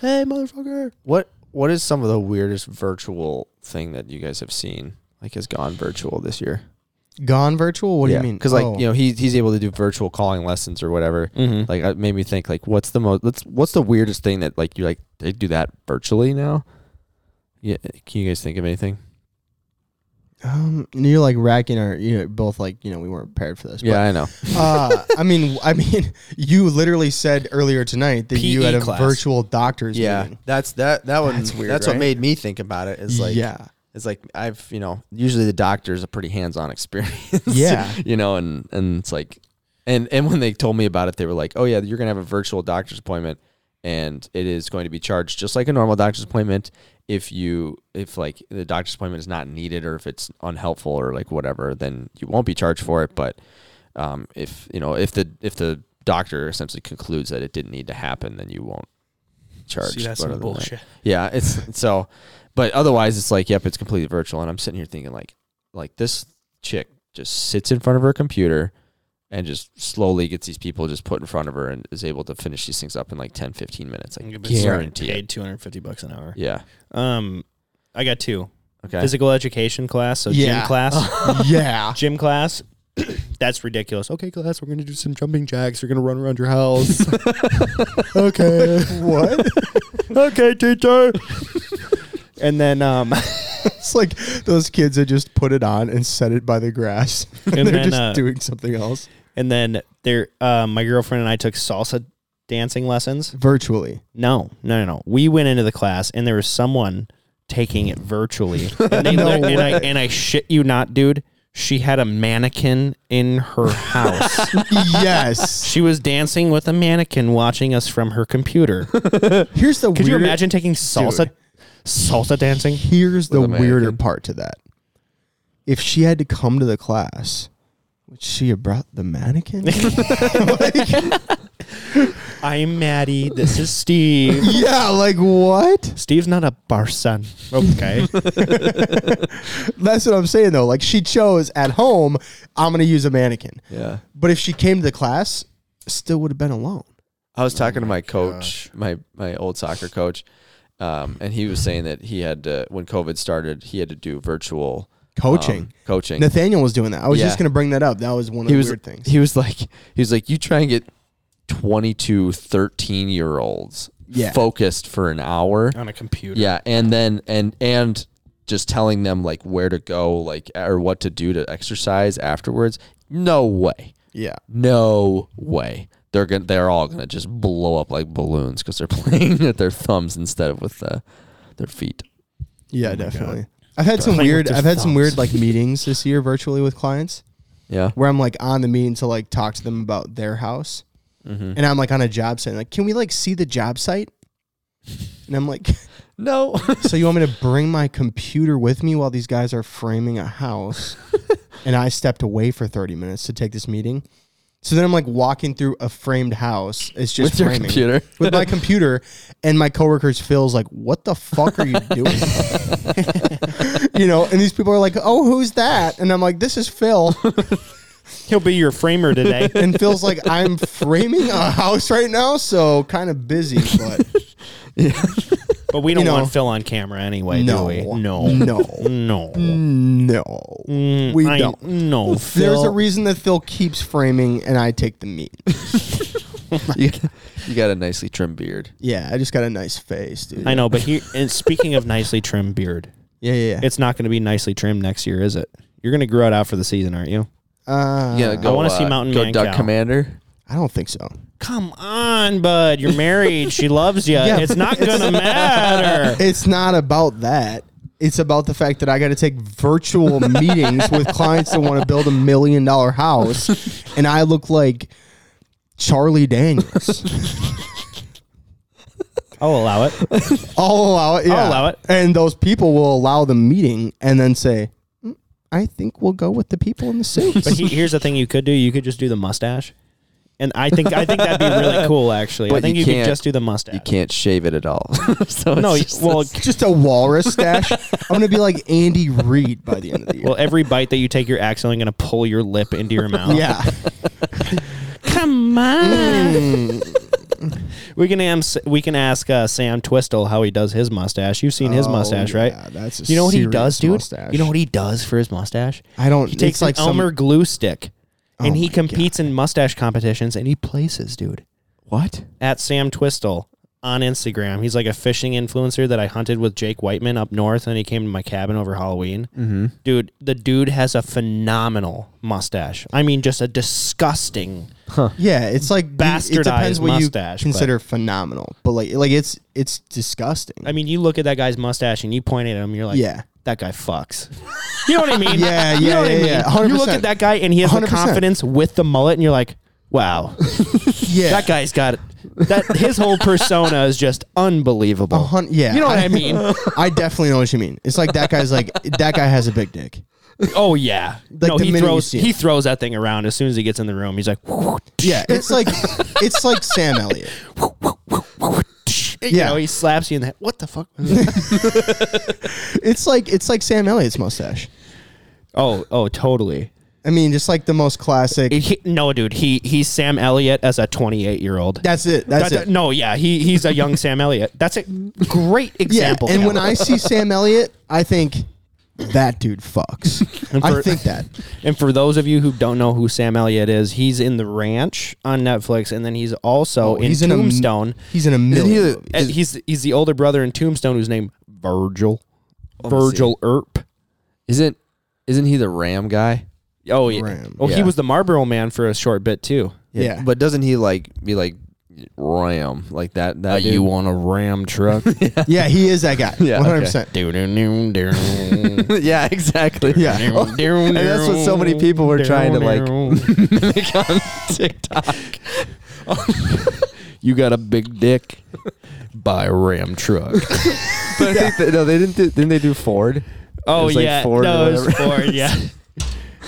Speaker 3: hey, motherfucker! What what is some of the weirdest virtual thing that you guys have seen? Like has gone virtual this year?
Speaker 1: Gone virtual? What do you mean?
Speaker 3: Because like
Speaker 1: Oh.
Speaker 3: you know he he's able to do virtual calling lessons or whatever.
Speaker 2: Mm-hmm.
Speaker 3: Like it made me think like what's the most let's what's the weirdest thing that like you like they do that virtually now? Yeah, can you guys think of anything?
Speaker 1: um, you're like racking our, you know, both like, you know, we weren't prepared for this. but-
Speaker 3: Yeah, I know.
Speaker 1: uh, I mean, I mean, you literally said earlier tonight that you
Speaker 2: PE
Speaker 1: had a
Speaker 2: E class.
Speaker 1: virtual doctor's meeting.
Speaker 3: that's that that one.
Speaker 1: That's weird, right?
Speaker 3: made me think about it. Is
Speaker 1: yeah,
Speaker 3: It's like I've, you know, usually the doctor is a pretty hands-on experience.
Speaker 1: Yeah.
Speaker 3: you know, and and it's like, and and when they told me about it, they were like, "Oh yeah, you're gonna have a virtual doctor's appointment, and it is going to be charged just like a normal doctor's appointment. If you, if like the doctor's appointment is not needed or if it's unhelpful or like whatever, then you won't be charged for it. But um, if you know, if the if the doctor essentially concludes that it didn't need to happen, then you won't charge.
Speaker 2: See, that's some
Speaker 3: But other than that-
Speaker 2: bullshit.
Speaker 3: yeah, it's so. But otherwise, it's like, yep, it's completely virtual. And I'm sitting here thinking, like, like this chick just sits in front of her computer and just slowly gets these people just put in front of her and is able to finish these things up in like 10, 15 minutes. I
Speaker 2: I've been
Speaker 3: guarantee it.
Speaker 2: paid 250 bucks an hour.
Speaker 3: Yeah.
Speaker 2: Um, I got two
Speaker 3: Okay.
Speaker 2: physical education class, so
Speaker 1: Yeah.
Speaker 2: gym class.
Speaker 1: yeah.
Speaker 2: gym class. That's ridiculous. Okay, class, we're gonna do some jumping jacks. We're gonna run around your house. okay. What? okay, teacher. and then, um,
Speaker 1: It's like those kids that just put it on and set it by the grass, and,
Speaker 2: And
Speaker 1: they're
Speaker 2: then,
Speaker 1: just
Speaker 2: uh,
Speaker 1: doing something else
Speaker 2: and then there, uh, my girlfriend and I took salsa dancing lessons.
Speaker 1: virtually.
Speaker 2: No, no, no, no. We went into the class, and there was someone taking it virtually. And, they lit- and I, and I shit you not, dude. She had a mannequin in her house.
Speaker 1: yes.
Speaker 2: she was dancing with a mannequin, watching us from her computer.
Speaker 1: Here's the
Speaker 2: Could
Speaker 1: weirder,
Speaker 2: you imagine taking salsa salsa dancing?
Speaker 1: Here's the
Speaker 3: With a
Speaker 1: weirder
Speaker 3: mannequin.
Speaker 1: part to that. If she had to come to the class, would she have brought the mannequin?
Speaker 2: I'm Maddie. This is Steve.
Speaker 1: yeah, like what?
Speaker 2: Steve's not a bar son. Okay.
Speaker 1: That's what I'm saying though. Like she chose at home, I'm gonna use a mannequin.
Speaker 3: yeah.
Speaker 1: But if she came to the class, still would have been alone.
Speaker 3: I was talking to my coach, my my old soccer coach, um, and he was saying that he had to, when COVID started, he had to do virtual um,
Speaker 1: Coaching.
Speaker 3: coaching.
Speaker 1: Nathaniel was doing that. I was
Speaker 3: Yeah.
Speaker 1: just gonna bring that up. That was one of
Speaker 3: he
Speaker 1: the
Speaker 3: was
Speaker 1: weird things.
Speaker 3: he was like he was like you try and get 22 13 year olds
Speaker 1: Yeah.
Speaker 3: focused for an hour
Speaker 2: On a computer.
Speaker 3: yeah and then and and just telling them like where to go like or what to do to exercise afterwards no way
Speaker 1: yeah.
Speaker 3: no way they're gonna they're all gonna just blow up like balloons because they're playing with their thumbs instead of with uh, their feet Oh
Speaker 1: Yeah, definitely. I've had some
Speaker 2: Playing with
Speaker 1: weird
Speaker 2: their
Speaker 1: I've had some
Speaker 2: thumbs.
Speaker 1: weird like meetings this year virtually with clients
Speaker 3: yeah
Speaker 1: where I'm like on the meeting to like talk to them about their house.
Speaker 3: Mm-hmm.
Speaker 1: And I'm like on a job site, like, can we like see the job site? And I'm like,
Speaker 3: no
Speaker 1: so you want me to bring my computer with me while these guys are framing a house? and I stepped away for 30 minutes to take this meeting. So then I'm like walking through a framed house. It's just
Speaker 3: With your
Speaker 1: framing.
Speaker 3: computer.
Speaker 1: with my computer, and my coworkers Phil's like, "What the fuck are you doing?" you know, and these people are like, "Oh, who's that?" And I'm like, "This is Phil."
Speaker 2: He'll be your framer today.
Speaker 1: And Phil's like, "I'm framing a house right now, so kind of busy, but
Speaker 2: But we don't
Speaker 1: You know.
Speaker 2: want Phil on camera anyway,
Speaker 1: No.
Speaker 2: do we? No.
Speaker 1: No.
Speaker 2: No.
Speaker 1: no,
Speaker 2: Mm,
Speaker 1: we
Speaker 2: I-
Speaker 1: don't."
Speaker 2: No.
Speaker 1: There's
Speaker 2: Phil.
Speaker 1: a reason that Phil keeps framing and I take the meat.
Speaker 3: you, you got a nicely trimmed beard
Speaker 1: Yeah, I just got a nice face, dude.
Speaker 2: I know, but here and speaking of nicely trimmed beard,
Speaker 1: Yeah, yeah, yeah.
Speaker 2: it's not gonna be nicely trimmed next year, is it? You're gonna grow it out for the season, aren't you?
Speaker 1: Uh,
Speaker 3: yeah go,
Speaker 2: wanna see
Speaker 3: uh,
Speaker 2: Mountain
Speaker 3: go
Speaker 2: Man
Speaker 3: duck
Speaker 2: Cow.
Speaker 3: commander
Speaker 1: I don't think so.
Speaker 2: Come on, bud. You're married. She loves you. it's not gonna matter.
Speaker 1: It's not about that. It's about the fact that I got to take virtual meetings with clients that want to build a million dollar house, and I look like Charlie Daniels.
Speaker 2: I'll allow it.
Speaker 1: I'll allow it. Yeah.
Speaker 2: allow it.
Speaker 1: And those people will allow the meeting, and then say, "Mm, "I think we'll go with the people in the suits."
Speaker 2: But he, here's the thing: you could do you could just do the mustache, and I think I think that'd be really cool. Actually, I
Speaker 3: But
Speaker 2: think
Speaker 3: you
Speaker 2: you, could
Speaker 3: can't-
Speaker 2: just do the mustache.
Speaker 3: You can't shave it at all. so
Speaker 2: No,
Speaker 3: no,
Speaker 2: you- well,
Speaker 1: Just a walrus stash. I'm gonna be like Andy Reid by the end of the year.
Speaker 2: well, every bite that you take, you're accidentally gonna pull your lip into your mouth.
Speaker 1: yeah.
Speaker 2: Come
Speaker 3: Mm.
Speaker 2: on. we can ask we can ask uh, Sam Twistle how he does his mustache. You've seen his
Speaker 1: Oh,
Speaker 2: mustache,
Speaker 1: yeah,
Speaker 2: right?
Speaker 1: that's a
Speaker 2: you know what he
Speaker 1: serious
Speaker 2: does, dude.
Speaker 1: mustache.
Speaker 2: You know what he does for his mustache?
Speaker 1: I don't-
Speaker 2: He takes
Speaker 1: it's like
Speaker 2: an
Speaker 1: some-
Speaker 2: Elmer glue stick, and
Speaker 1: Oh
Speaker 2: he
Speaker 1: my
Speaker 2: competes in mustache competitions, and he places, dude.
Speaker 3: what?
Speaker 2: At Sam Twistle on Instagram, he's like a fishing influencer that I hunted with Jake Whiteman up north, and he came to my cabin over Halloween. Mm-hmm. Dude, the dude has a phenomenal mustache. I mean, just a disgusting.
Speaker 1: Yeah, it's like It depends
Speaker 2: Bastardized
Speaker 1: what
Speaker 2: mustache,
Speaker 1: you consider phenomenal, but like like it's it's disgusting.
Speaker 2: I mean, you look at that guy's mustache and you point at him, you're like,
Speaker 1: Yeah.
Speaker 2: that guy fucks. You know what I mean?
Speaker 1: Yeah,
Speaker 2: you
Speaker 1: yeah,
Speaker 2: know what
Speaker 1: yeah,
Speaker 2: I mean?
Speaker 1: yeah, 100%.
Speaker 2: You look at that guy and he has the
Speaker 1: 100%.
Speaker 2: confidence with the mullet, and you're like, wow,
Speaker 1: yeah,
Speaker 2: that guy's got that. His whole persona is just unbelievable.
Speaker 1: A hun- yeah,
Speaker 2: you know what I mean?
Speaker 1: I definitely know what you mean. It's like that guy's like that guy has a big dick.
Speaker 2: Oh yeah,
Speaker 1: Like
Speaker 2: no,
Speaker 1: the
Speaker 2: he
Speaker 1: minute you
Speaker 2: throws
Speaker 1: see him.
Speaker 2: he throws that thing around as soon as he gets in the room. He's like,
Speaker 1: Yeah, it's like it's like Sam Elliott.
Speaker 2: you
Speaker 1: Yeah.
Speaker 2: know, he slaps you in the head. What the fuck?
Speaker 1: It's like it's like Sam Elliott's mustache.
Speaker 2: oh, oh, totally.
Speaker 1: I mean, just like the most classic.
Speaker 2: He- no, dude, he he's Sam Elliott as a 28 year old.
Speaker 1: That's it. That's
Speaker 2: That-
Speaker 1: it.
Speaker 2: No, yeah, he he's a young Sam Elliott. That's a great
Speaker 1: Yeah,
Speaker 2: example.
Speaker 1: and when
Speaker 2: Cameron.
Speaker 1: I see Sam Elliott, I think that dude fucks. I
Speaker 2: for-
Speaker 1: think that.
Speaker 2: and for those of you who don't know who Sam Elliott is, he's in The Ranch on Netflix, and then he's
Speaker 3: Oh,
Speaker 2: also in
Speaker 1: Oh, he's in a m-
Speaker 2: Tombstone.
Speaker 1: He's in a million.
Speaker 3: he the-
Speaker 1: movies.
Speaker 2: and Uh, he's he's the older brother in Tombstone who's named Virgil, Virgil Earp.
Speaker 3: Isn't isn't he the Ram guy?
Speaker 2: Oh yeah.
Speaker 1: Ram.
Speaker 2: Oh, he
Speaker 3: Yeah.
Speaker 2: was the Marlboro Man for a short bit too.
Speaker 1: Yeah.
Speaker 3: But doesn't he like be like Ram like that? That dude?
Speaker 2: want a Ram truck?
Speaker 1: Yeah, he is that guy.
Speaker 3: Yeah,
Speaker 1: One hundred
Speaker 3: okay.
Speaker 1: percent.
Speaker 3: yeah, exactly.
Speaker 1: Yeah.
Speaker 3: And that's what so many people were trying to like mimic on TikTok. you got a big dick.
Speaker 2: buy a Ram truck.
Speaker 3: But I think that, no, they didn't. Do, didn't they do Ford?
Speaker 2: Oh
Speaker 3: It was like
Speaker 2: yeah,
Speaker 3: Ford or
Speaker 2: no, it was
Speaker 3: whatever.
Speaker 2: Ford. Yeah.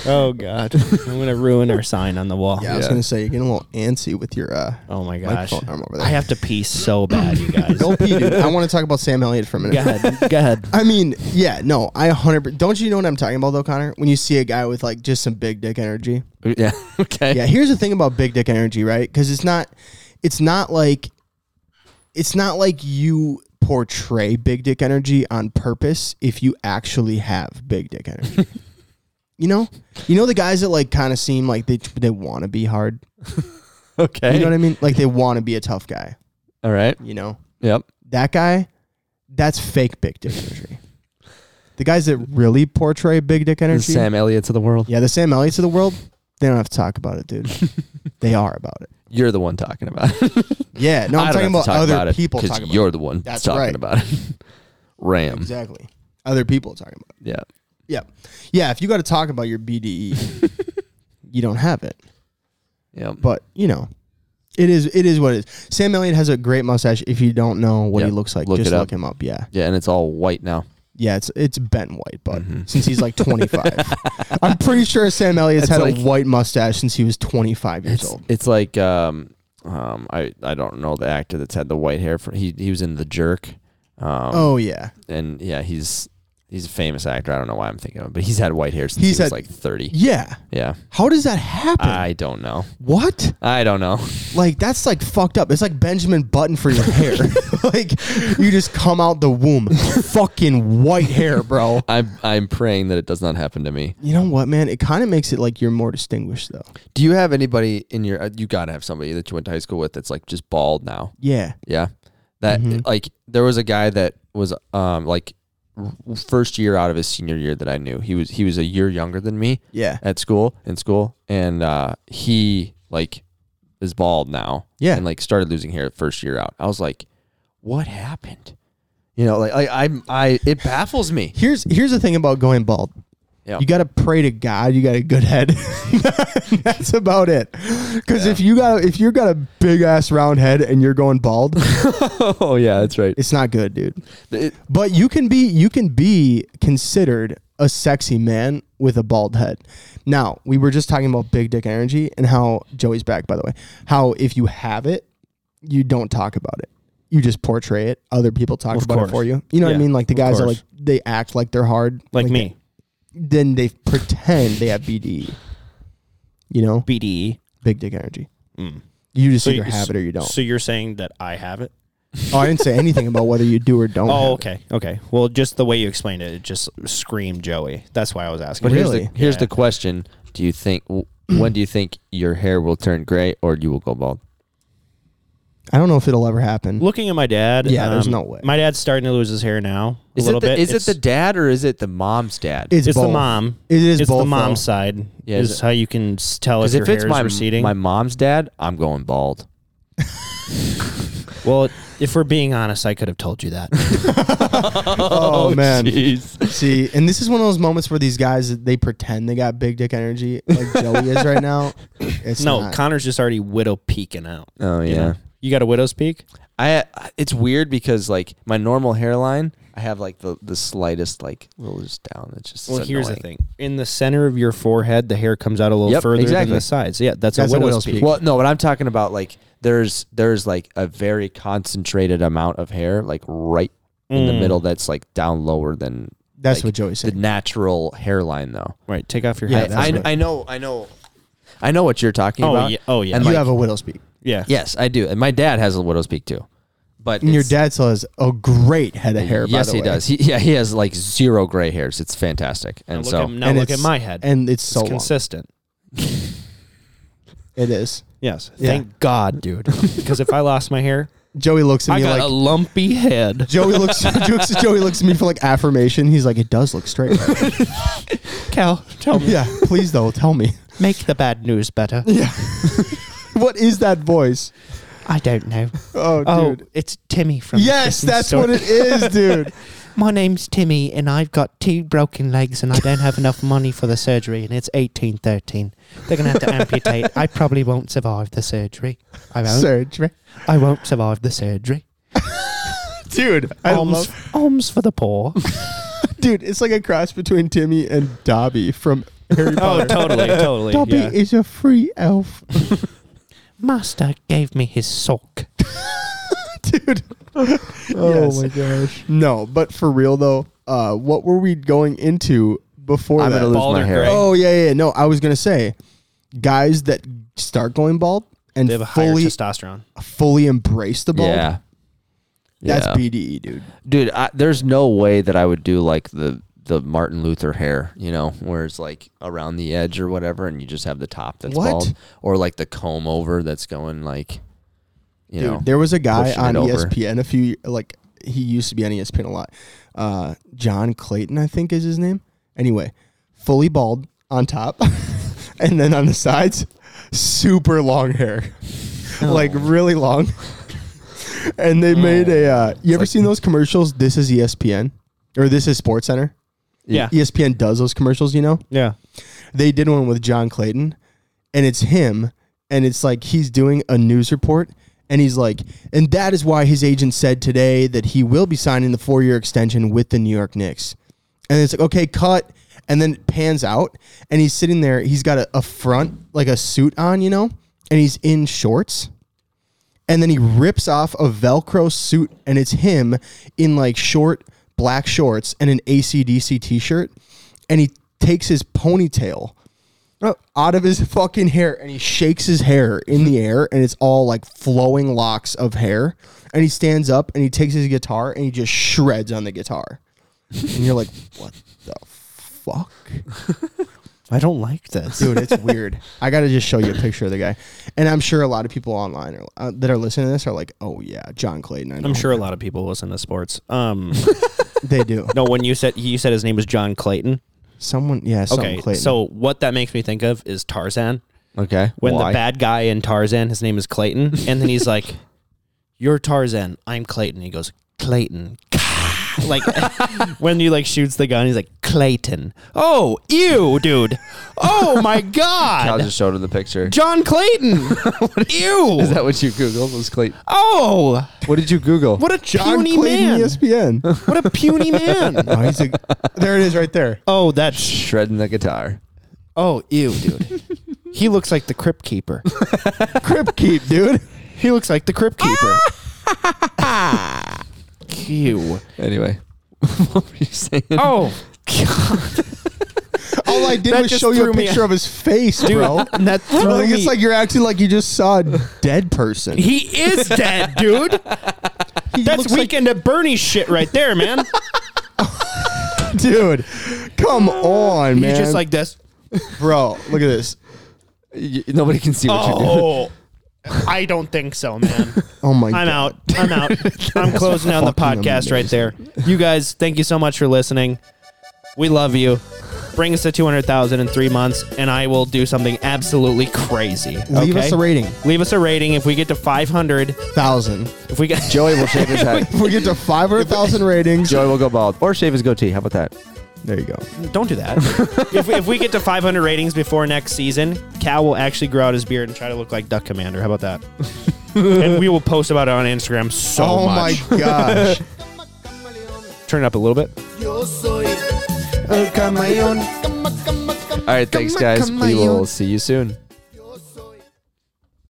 Speaker 2: oh god, I'm gonna ruin our sign on the wall.
Speaker 1: Yeah, I was
Speaker 3: Yeah.
Speaker 1: gonna say you're getting a little antsy with your uh,
Speaker 2: Oh my gosh,
Speaker 1: microphone arm over there.
Speaker 2: I have to pee so bad, you guys.
Speaker 1: Go pee, dude. I want to talk about Sam Elliott for a minute.
Speaker 2: go ahead, go ahead.
Speaker 1: I mean, yeah, no, I 100. Don't you know what I'm talking about though, Connor? When you see a guy with like just some big dick energy.
Speaker 3: Yeah. Okay.
Speaker 1: Yeah, here's the thing about big dick energy, right? Because it's not, it's not like, it's not like you portray big dick energy on purpose if you actually have big dick energy. you know, you know the guys that like kind of seem like they they want to be hard.
Speaker 3: Okay.
Speaker 1: You know what I mean? Like they want to be a tough guy.
Speaker 3: All right.
Speaker 1: You know
Speaker 3: Yep.
Speaker 1: that guy, that's fake big dick energy. The guys that really portray big dick
Speaker 3: The
Speaker 1: energy,
Speaker 3: Sam Elliott of the world.
Speaker 1: yeah, the Sam Elliott's of the world, they don't have to talk about it, dude. they are about it.
Speaker 3: You're the one talking about. It.
Speaker 1: Yeah, no,
Speaker 3: I
Speaker 1: I'm
Speaker 3: don't
Speaker 1: talking
Speaker 3: have
Speaker 1: about
Speaker 3: to talk
Speaker 1: other
Speaker 3: about it
Speaker 1: people
Speaker 3: 'cause
Speaker 1: talking about
Speaker 3: you're the one
Speaker 1: That's
Speaker 3: talking
Speaker 1: right.
Speaker 3: about it. Ram.
Speaker 1: it. exactly other people talking about it.
Speaker 3: Yeah.
Speaker 1: Yeah, yeah. If you got to talk about your BDE, you don't have it.
Speaker 3: Yep.
Speaker 1: But you know, it is it is what it is. Sam Elliott has a great mustache. If you don't know what he
Speaker 3: Yep,
Speaker 1: looks like,
Speaker 3: look
Speaker 1: just
Speaker 3: it up.
Speaker 1: look him up. Yeah,
Speaker 3: yeah, and it's all white now.
Speaker 1: Yeah, it's it's Ben White, but
Speaker 3: Mm-hmm.
Speaker 1: since he's like 25, I'm pretty sure Sam Elliott's
Speaker 3: It's
Speaker 1: had
Speaker 3: like-
Speaker 1: a white mustache since he was 25 years
Speaker 3: It's,
Speaker 1: old.
Speaker 3: it's like um um I I don't know the actor that's had the white hair for he he was in The Jerk. Um,
Speaker 1: Oh yeah,
Speaker 3: and yeah, he's he's a famous actor. I don't know why I'm thinking of him, but he's had white hair since
Speaker 1: He's
Speaker 3: he was
Speaker 1: had-
Speaker 3: like 30.
Speaker 1: yeah.
Speaker 3: Yeah.
Speaker 1: How does that happen?
Speaker 3: I don't know.
Speaker 1: what?
Speaker 3: I don't know.
Speaker 1: Like that's like fucked up. It's like Benjamin Button for your hair. like you just come out the womb, fucking white hair, bro.
Speaker 3: I'm I'm praying that it does not happen to me.
Speaker 1: You know what, man? It kind of makes it like you're more distinguished, though.
Speaker 3: Do you have anybody in your? uh, You gotta have somebody that you went to high school with that's like just bald now.
Speaker 1: Yeah.
Speaker 3: Yeah, that
Speaker 1: Mm-hmm.
Speaker 3: like there was a guy that was um like r- first year out of his senior year that I knew. He was he was a year younger than me.
Speaker 1: Yeah.
Speaker 3: at school in school, and uh, he like is bald now.
Speaker 1: Yeah.
Speaker 3: and like started losing hair first year out. I was like, what happened? You know, like, like I, I, it baffles me.
Speaker 1: Here's here's the thing about going bald.
Speaker 3: Yeah.
Speaker 1: You got to pray to God. You got a good head. That's about it. Because if you got if you got a big ass round head and you're going bald,
Speaker 3: oh yeah, that's right.
Speaker 1: it's not good, dude.
Speaker 3: It-
Speaker 1: But you can be you can be considered a sexy man with a bald head. Now, we were just talking about big dick energy and how Joey's back by the way. How if you have it, you don't talk about it. You just portray it. Other people talk
Speaker 2: Of
Speaker 1: about
Speaker 2: course.
Speaker 1: it for you. You know what
Speaker 2: Yeah,
Speaker 1: I mean? Like the
Speaker 2: of
Speaker 1: guys are
Speaker 2: course.
Speaker 1: like they act like they're hard
Speaker 2: like,
Speaker 1: they-
Speaker 2: me.
Speaker 1: then they pretend they have BDE. You know,
Speaker 2: BDE.
Speaker 1: big dick energy. You just either
Speaker 2: Mm. you-
Speaker 1: have it or you don't.
Speaker 2: So you're saying that I have it?
Speaker 1: oh, I didn't say anything about whether you do or don't. have
Speaker 2: Oh,
Speaker 1: it.
Speaker 2: okay, okay. Well, just the way you explained it, it just screamed Joey. That's why I was asking.
Speaker 3: But here's
Speaker 1: Really?
Speaker 3: the here's
Speaker 2: Yeah.
Speaker 3: the question: Do you think w- when do you think your hair will turn gray or you will go bald?
Speaker 1: I don't know if it'll ever happen.
Speaker 2: Looking at my dad, um,
Speaker 1: Yeah, there's no way.
Speaker 2: My dad's starting to lose his hair now a
Speaker 3: Is
Speaker 2: little
Speaker 3: it the,
Speaker 2: bit.
Speaker 3: is it the
Speaker 2: It's-
Speaker 3: dad or is it the mom's dad?
Speaker 1: it's
Speaker 2: it's
Speaker 1: both.
Speaker 2: the mom.
Speaker 1: It is
Speaker 2: it's
Speaker 1: both.
Speaker 2: the mom's
Speaker 1: though.
Speaker 2: side.
Speaker 3: Yeah,
Speaker 2: is
Speaker 3: is it-
Speaker 2: how you can s- tell if
Speaker 3: Because
Speaker 2: your
Speaker 3: if it's
Speaker 2: hair
Speaker 3: my
Speaker 2: is receding.
Speaker 3: my mom's dad, I'm going bald.
Speaker 2: well, if we're being honest, I could have told you that.
Speaker 1: Oh, man.
Speaker 3: jeez.
Speaker 1: See, and this is one of those moments where these guys they pretend they got big dick energy, like Joey is right now. It's
Speaker 2: no,
Speaker 1: not.
Speaker 2: Connor's just already widow peeking out.
Speaker 3: Oh yeah.
Speaker 2: you know? You got a widow's peak?
Speaker 3: I it's weird because like my normal hairline, I have like the the slightest like little just down. It's just
Speaker 2: Well,
Speaker 3: so
Speaker 2: here's
Speaker 3: annoying.
Speaker 2: the thing. In the center of your forehead, the hair comes out a little
Speaker 3: Yep,
Speaker 2: further
Speaker 3: exactly.
Speaker 2: than the sides. Yeah, that's,
Speaker 1: That's
Speaker 2: a
Speaker 1: a
Speaker 2: widow's,
Speaker 1: widow's
Speaker 2: peak.
Speaker 1: peak.
Speaker 3: Well, no, but I'm talking about like there's there's like a very concentrated amount of hair like right in the
Speaker 2: Mm.
Speaker 3: middle that's like down lower than
Speaker 1: That's
Speaker 3: like,
Speaker 1: what Joey
Speaker 3: the
Speaker 1: said.
Speaker 3: natural hairline though.
Speaker 2: Right, take off your
Speaker 1: Yeah,
Speaker 2: hat.
Speaker 1: that's
Speaker 3: I,
Speaker 1: right.
Speaker 3: I know I know I know what you're talking
Speaker 2: Oh,
Speaker 3: about.
Speaker 2: yeah. Oh, yeah.
Speaker 3: And
Speaker 1: you
Speaker 3: like,
Speaker 1: have a widow's peak,
Speaker 2: yeah.
Speaker 3: yes, I do. And my dad has a widow's peak too. But
Speaker 1: and your
Speaker 3: it's-
Speaker 1: dad still has a great head of hair.
Speaker 3: Yes,
Speaker 1: by the
Speaker 3: he
Speaker 1: way.
Speaker 3: does. He, yeah, he has like zero gray hairs. It's fantastic.
Speaker 2: Now
Speaker 3: And
Speaker 2: look
Speaker 3: so
Speaker 2: at, now
Speaker 1: And
Speaker 2: look at
Speaker 1: it's-
Speaker 2: my head.
Speaker 1: and it's,
Speaker 2: it's
Speaker 1: so long.
Speaker 2: consistent.
Speaker 1: It is.
Speaker 2: Yes.
Speaker 1: Yeah.
Speaker 2: Thank God, dude. Because if I lost my hair,
Speaker 1: Joey looks at
Speaker 2: I
Speaker 1: me
Speaker 2: got
Speaker 1: like
Speaker 2: a lumpy head.
Speaker 1: Joey looks. Joey looks at me for like affirmation. He's like, it does look straight. right now."
Speaker 2: Cal, tell me,
Speaker 1: yeah, please though, tell me.
Speaker 2: make the bad news better.
Speaker 1: What is that voice?
Speaker 2: I don't know.
Speaker 1: Oh,
Speaker 2: Oh,
Speaker 1: dude.
Speaker 2: it's Timmy from. the
Speaker 1: Yes,
Speaker 2: Christmas
Speaker 1: that's
Speaker 2: story.
Speaker 1: what it is, dude.
Speaker 2: My name's Timmy, and I've got two broken legs, and I don't have enough money for the surgery, and it's eighteen thirteen. They're gonna have to amputate. I probably won't survive the surgery. I won't.
Speaker 1: Surgery.
Speaker 2: I won't survive the surgery.
Speaker 1: Dude, I
Speaker 2: Alms,
Speaker 1: love,
Speaker 2: alms for the poor.
Speaker 1: dude, it's like a cross between Timmy and Dobby from Harry Potter.
Speaker 2: totally, totally.
Speaker 1: Dobby is a free elf.
Speaker 2: Master gave me his sock.
Speaker 1: dude. Oh my gosh. No, but for real though, uh, what were we going into before
Speaker 3: I'm
Speaker 1: that?
Speaker 3: gonna lose
Speaker 2: Bald
Speaker 3: my
Speaker 2: or
Speaker 3: hair.
Speaker 2: gray.
Speaker 1: Oh yeah, yeah. No, I was gonna say, guys that start going bald and
Speaker 2: They have a higher
Speaker 1: fully
Speaker 2: testosterone.
Speaker 1: fully embrace the bald.
Speaker 3: Yeah.
Speaker 1: That's
Speaker 3: Yeah.
Speaker 1: BDE, dude.
Speaker 3: dude I, there's no way that i would do like the the martin luther hair you know where it's like around the edge or whatever and you just have the top that's
Speaker 1: What?
Speaker 3: bald or like the comb over that's going like you
Speaker 1: Dude,
Speaker 3: know
Speaker 1: there was a guy
Speaker 3: pushing
Speaker 1: on E
Speaker 3: it over.
Speaker 1: ESPN a few like he used to be on E ESPN a lot. Uh, John Clayton, I think, is his name. Anyway, fully bald on top, and then on the sides, super long hair,
Speaker 3: Oh.
Speaker 1: like really long. and they made a. Uh, you ever
Speaker 3: like-
Speaker 1: seen those commercials? This is E ESPN or this is Sports Center. E
Speaker 2: Yeah.
Speaker 1: ESPN does those commercials, you know
Speaker 2: Yeah.
Speaker 1: they did one with John Clayton, and it's him, and it's like he's doing a news report, and he's like, and that is why his agent said today that he will be signing the four year extension with the New York Knicks. And it's like, okay, cut. And then it pans out, and he's sitting there, he's got a, a front, like a suit on, you know, and he's in shorts. And then he rips off a Velcro suit, and it's him in like short black shorts and an ACDC t shirt. And he takes his ponytail out of his fucking hair and he shakes his hair in the air and it's all like flowing locks of hair and he stands up and he takes his guitar and he just shreds on the guitar and you're like what the fuck
Speaker 2: I don't like this.
Speaker 1: dude it's weird i gotta just show you a picture of the guy and i'm sure a lot of people online are, uh, that are listening to this are like oh yeah john clayton I know.
Speaker 2: I'm sure a lot of people listen to sports. Um,
Speaker 1: they do
Speaker 2: no, when you said you said his name was John Clayton.
Speaker 1: someone yeah someone
Speaker 2: Okay,
Speaker 1: clayton
Speaker 2: so what that makes me think of is Tarzan.
Speaker 3: okay
Speaker 2: When
Speaker 3: Why?
Speaker 2: the bad guy in Tarzan, his name is Clayton, and then he's like, "You're Tarzan, I'm Clayton." He goes, "Clayton, Ka." like when he like shoots the gun, he's like Clayton. Oh, ew, dude. Oh my
Speaker 3: Cal
Speaker 2: god,
Speaker 3: just showed him the picture.
Speaker 2: John Clayton. ew.
Speaker 3: Is that what you Googled? Was Clayton?
Speaker 2: oh,
Speaker 3: What did you Google?
Speaker 2: what a puny
Speaker 1: E
Speaker 3: E
Speaker 2: man.
Speaker 1: ESPN.
Speaker 2: What a puny man.
Speaker 1: oh, he's a, there it is right there.
Speaker 2: oh, that's
Speaker 3: Shredding the guitar.
Speaker 2: oh, ew, dude. he looks like the crypt keeper.
Speaker 1: Crib keep, dude.
Speaker 2: He looks like the crypt keeper. Ew.
Speaker 3: Anyway, what were you saying?
Speaker 2: Oh,
Speaker 1: All I did
Speaker 2: That
Speaker 1: was
Speaker 2: just
Speaker 1: show you
Speaker 2: threw
Speaker 1: a
Speaker 2: me
Speaker 1: picture of his face,
Speaker 2: dude,
Speaker 1: bro.
Speaker 2: that threw
Speaker 1: Like,
Speaker 2: me-
Speaker 1: it's like you're acting like you just saw a dead person.
Speaker 2: He is dead, dude. That's weekend at Bernie's shit right there, man.
Speaker 1: dude. Come on, man.
Speaker 2: He's just like this.
Speaker 1: bro. Look at this.
Speaker 3: You- nobody can see what you're doing.
Speaker 2: Oh, I don't think so, man.
Speaker 1: Oh my
Speaker 2: I'm
Speaker 1: god.
Speaker 2: out. I'm out. I'm closing down the
Speaker 1: fucking
Speaker 2: podcast right there. You guys, thank you so much for listening. We love you. Bring us to 200,000 in three months, and I will do something absolutely crazy.
Speaker 1: Leave
Speaker 2: okay?
Speaker 1: us a rating.
Speaker 2: Leave us a rating. If we get to 500,
Speaker 1: Thousand.
Speaker 2: if we get
Speaker 3: Joey will shave his head.
Speaker 1: If we get to five hundred thousand ratings.
Speaker 3: Joey will go bald or shave his goatee. How about that?
Speaker 1: There you go.
Speaker 2: Don't do that. if, if we get to 500 ratings before next season, Cal will actually grow out his beard and try to look like Duck Commander. How about that? and we will post about it on Instagram so
Speaker 1: oh
Speaker 2: much.
Speaker 1: my gosh.
Speaker 2: Turn it up a little bit.
Speaker 3: All right, thanks, guys. We will see you soon.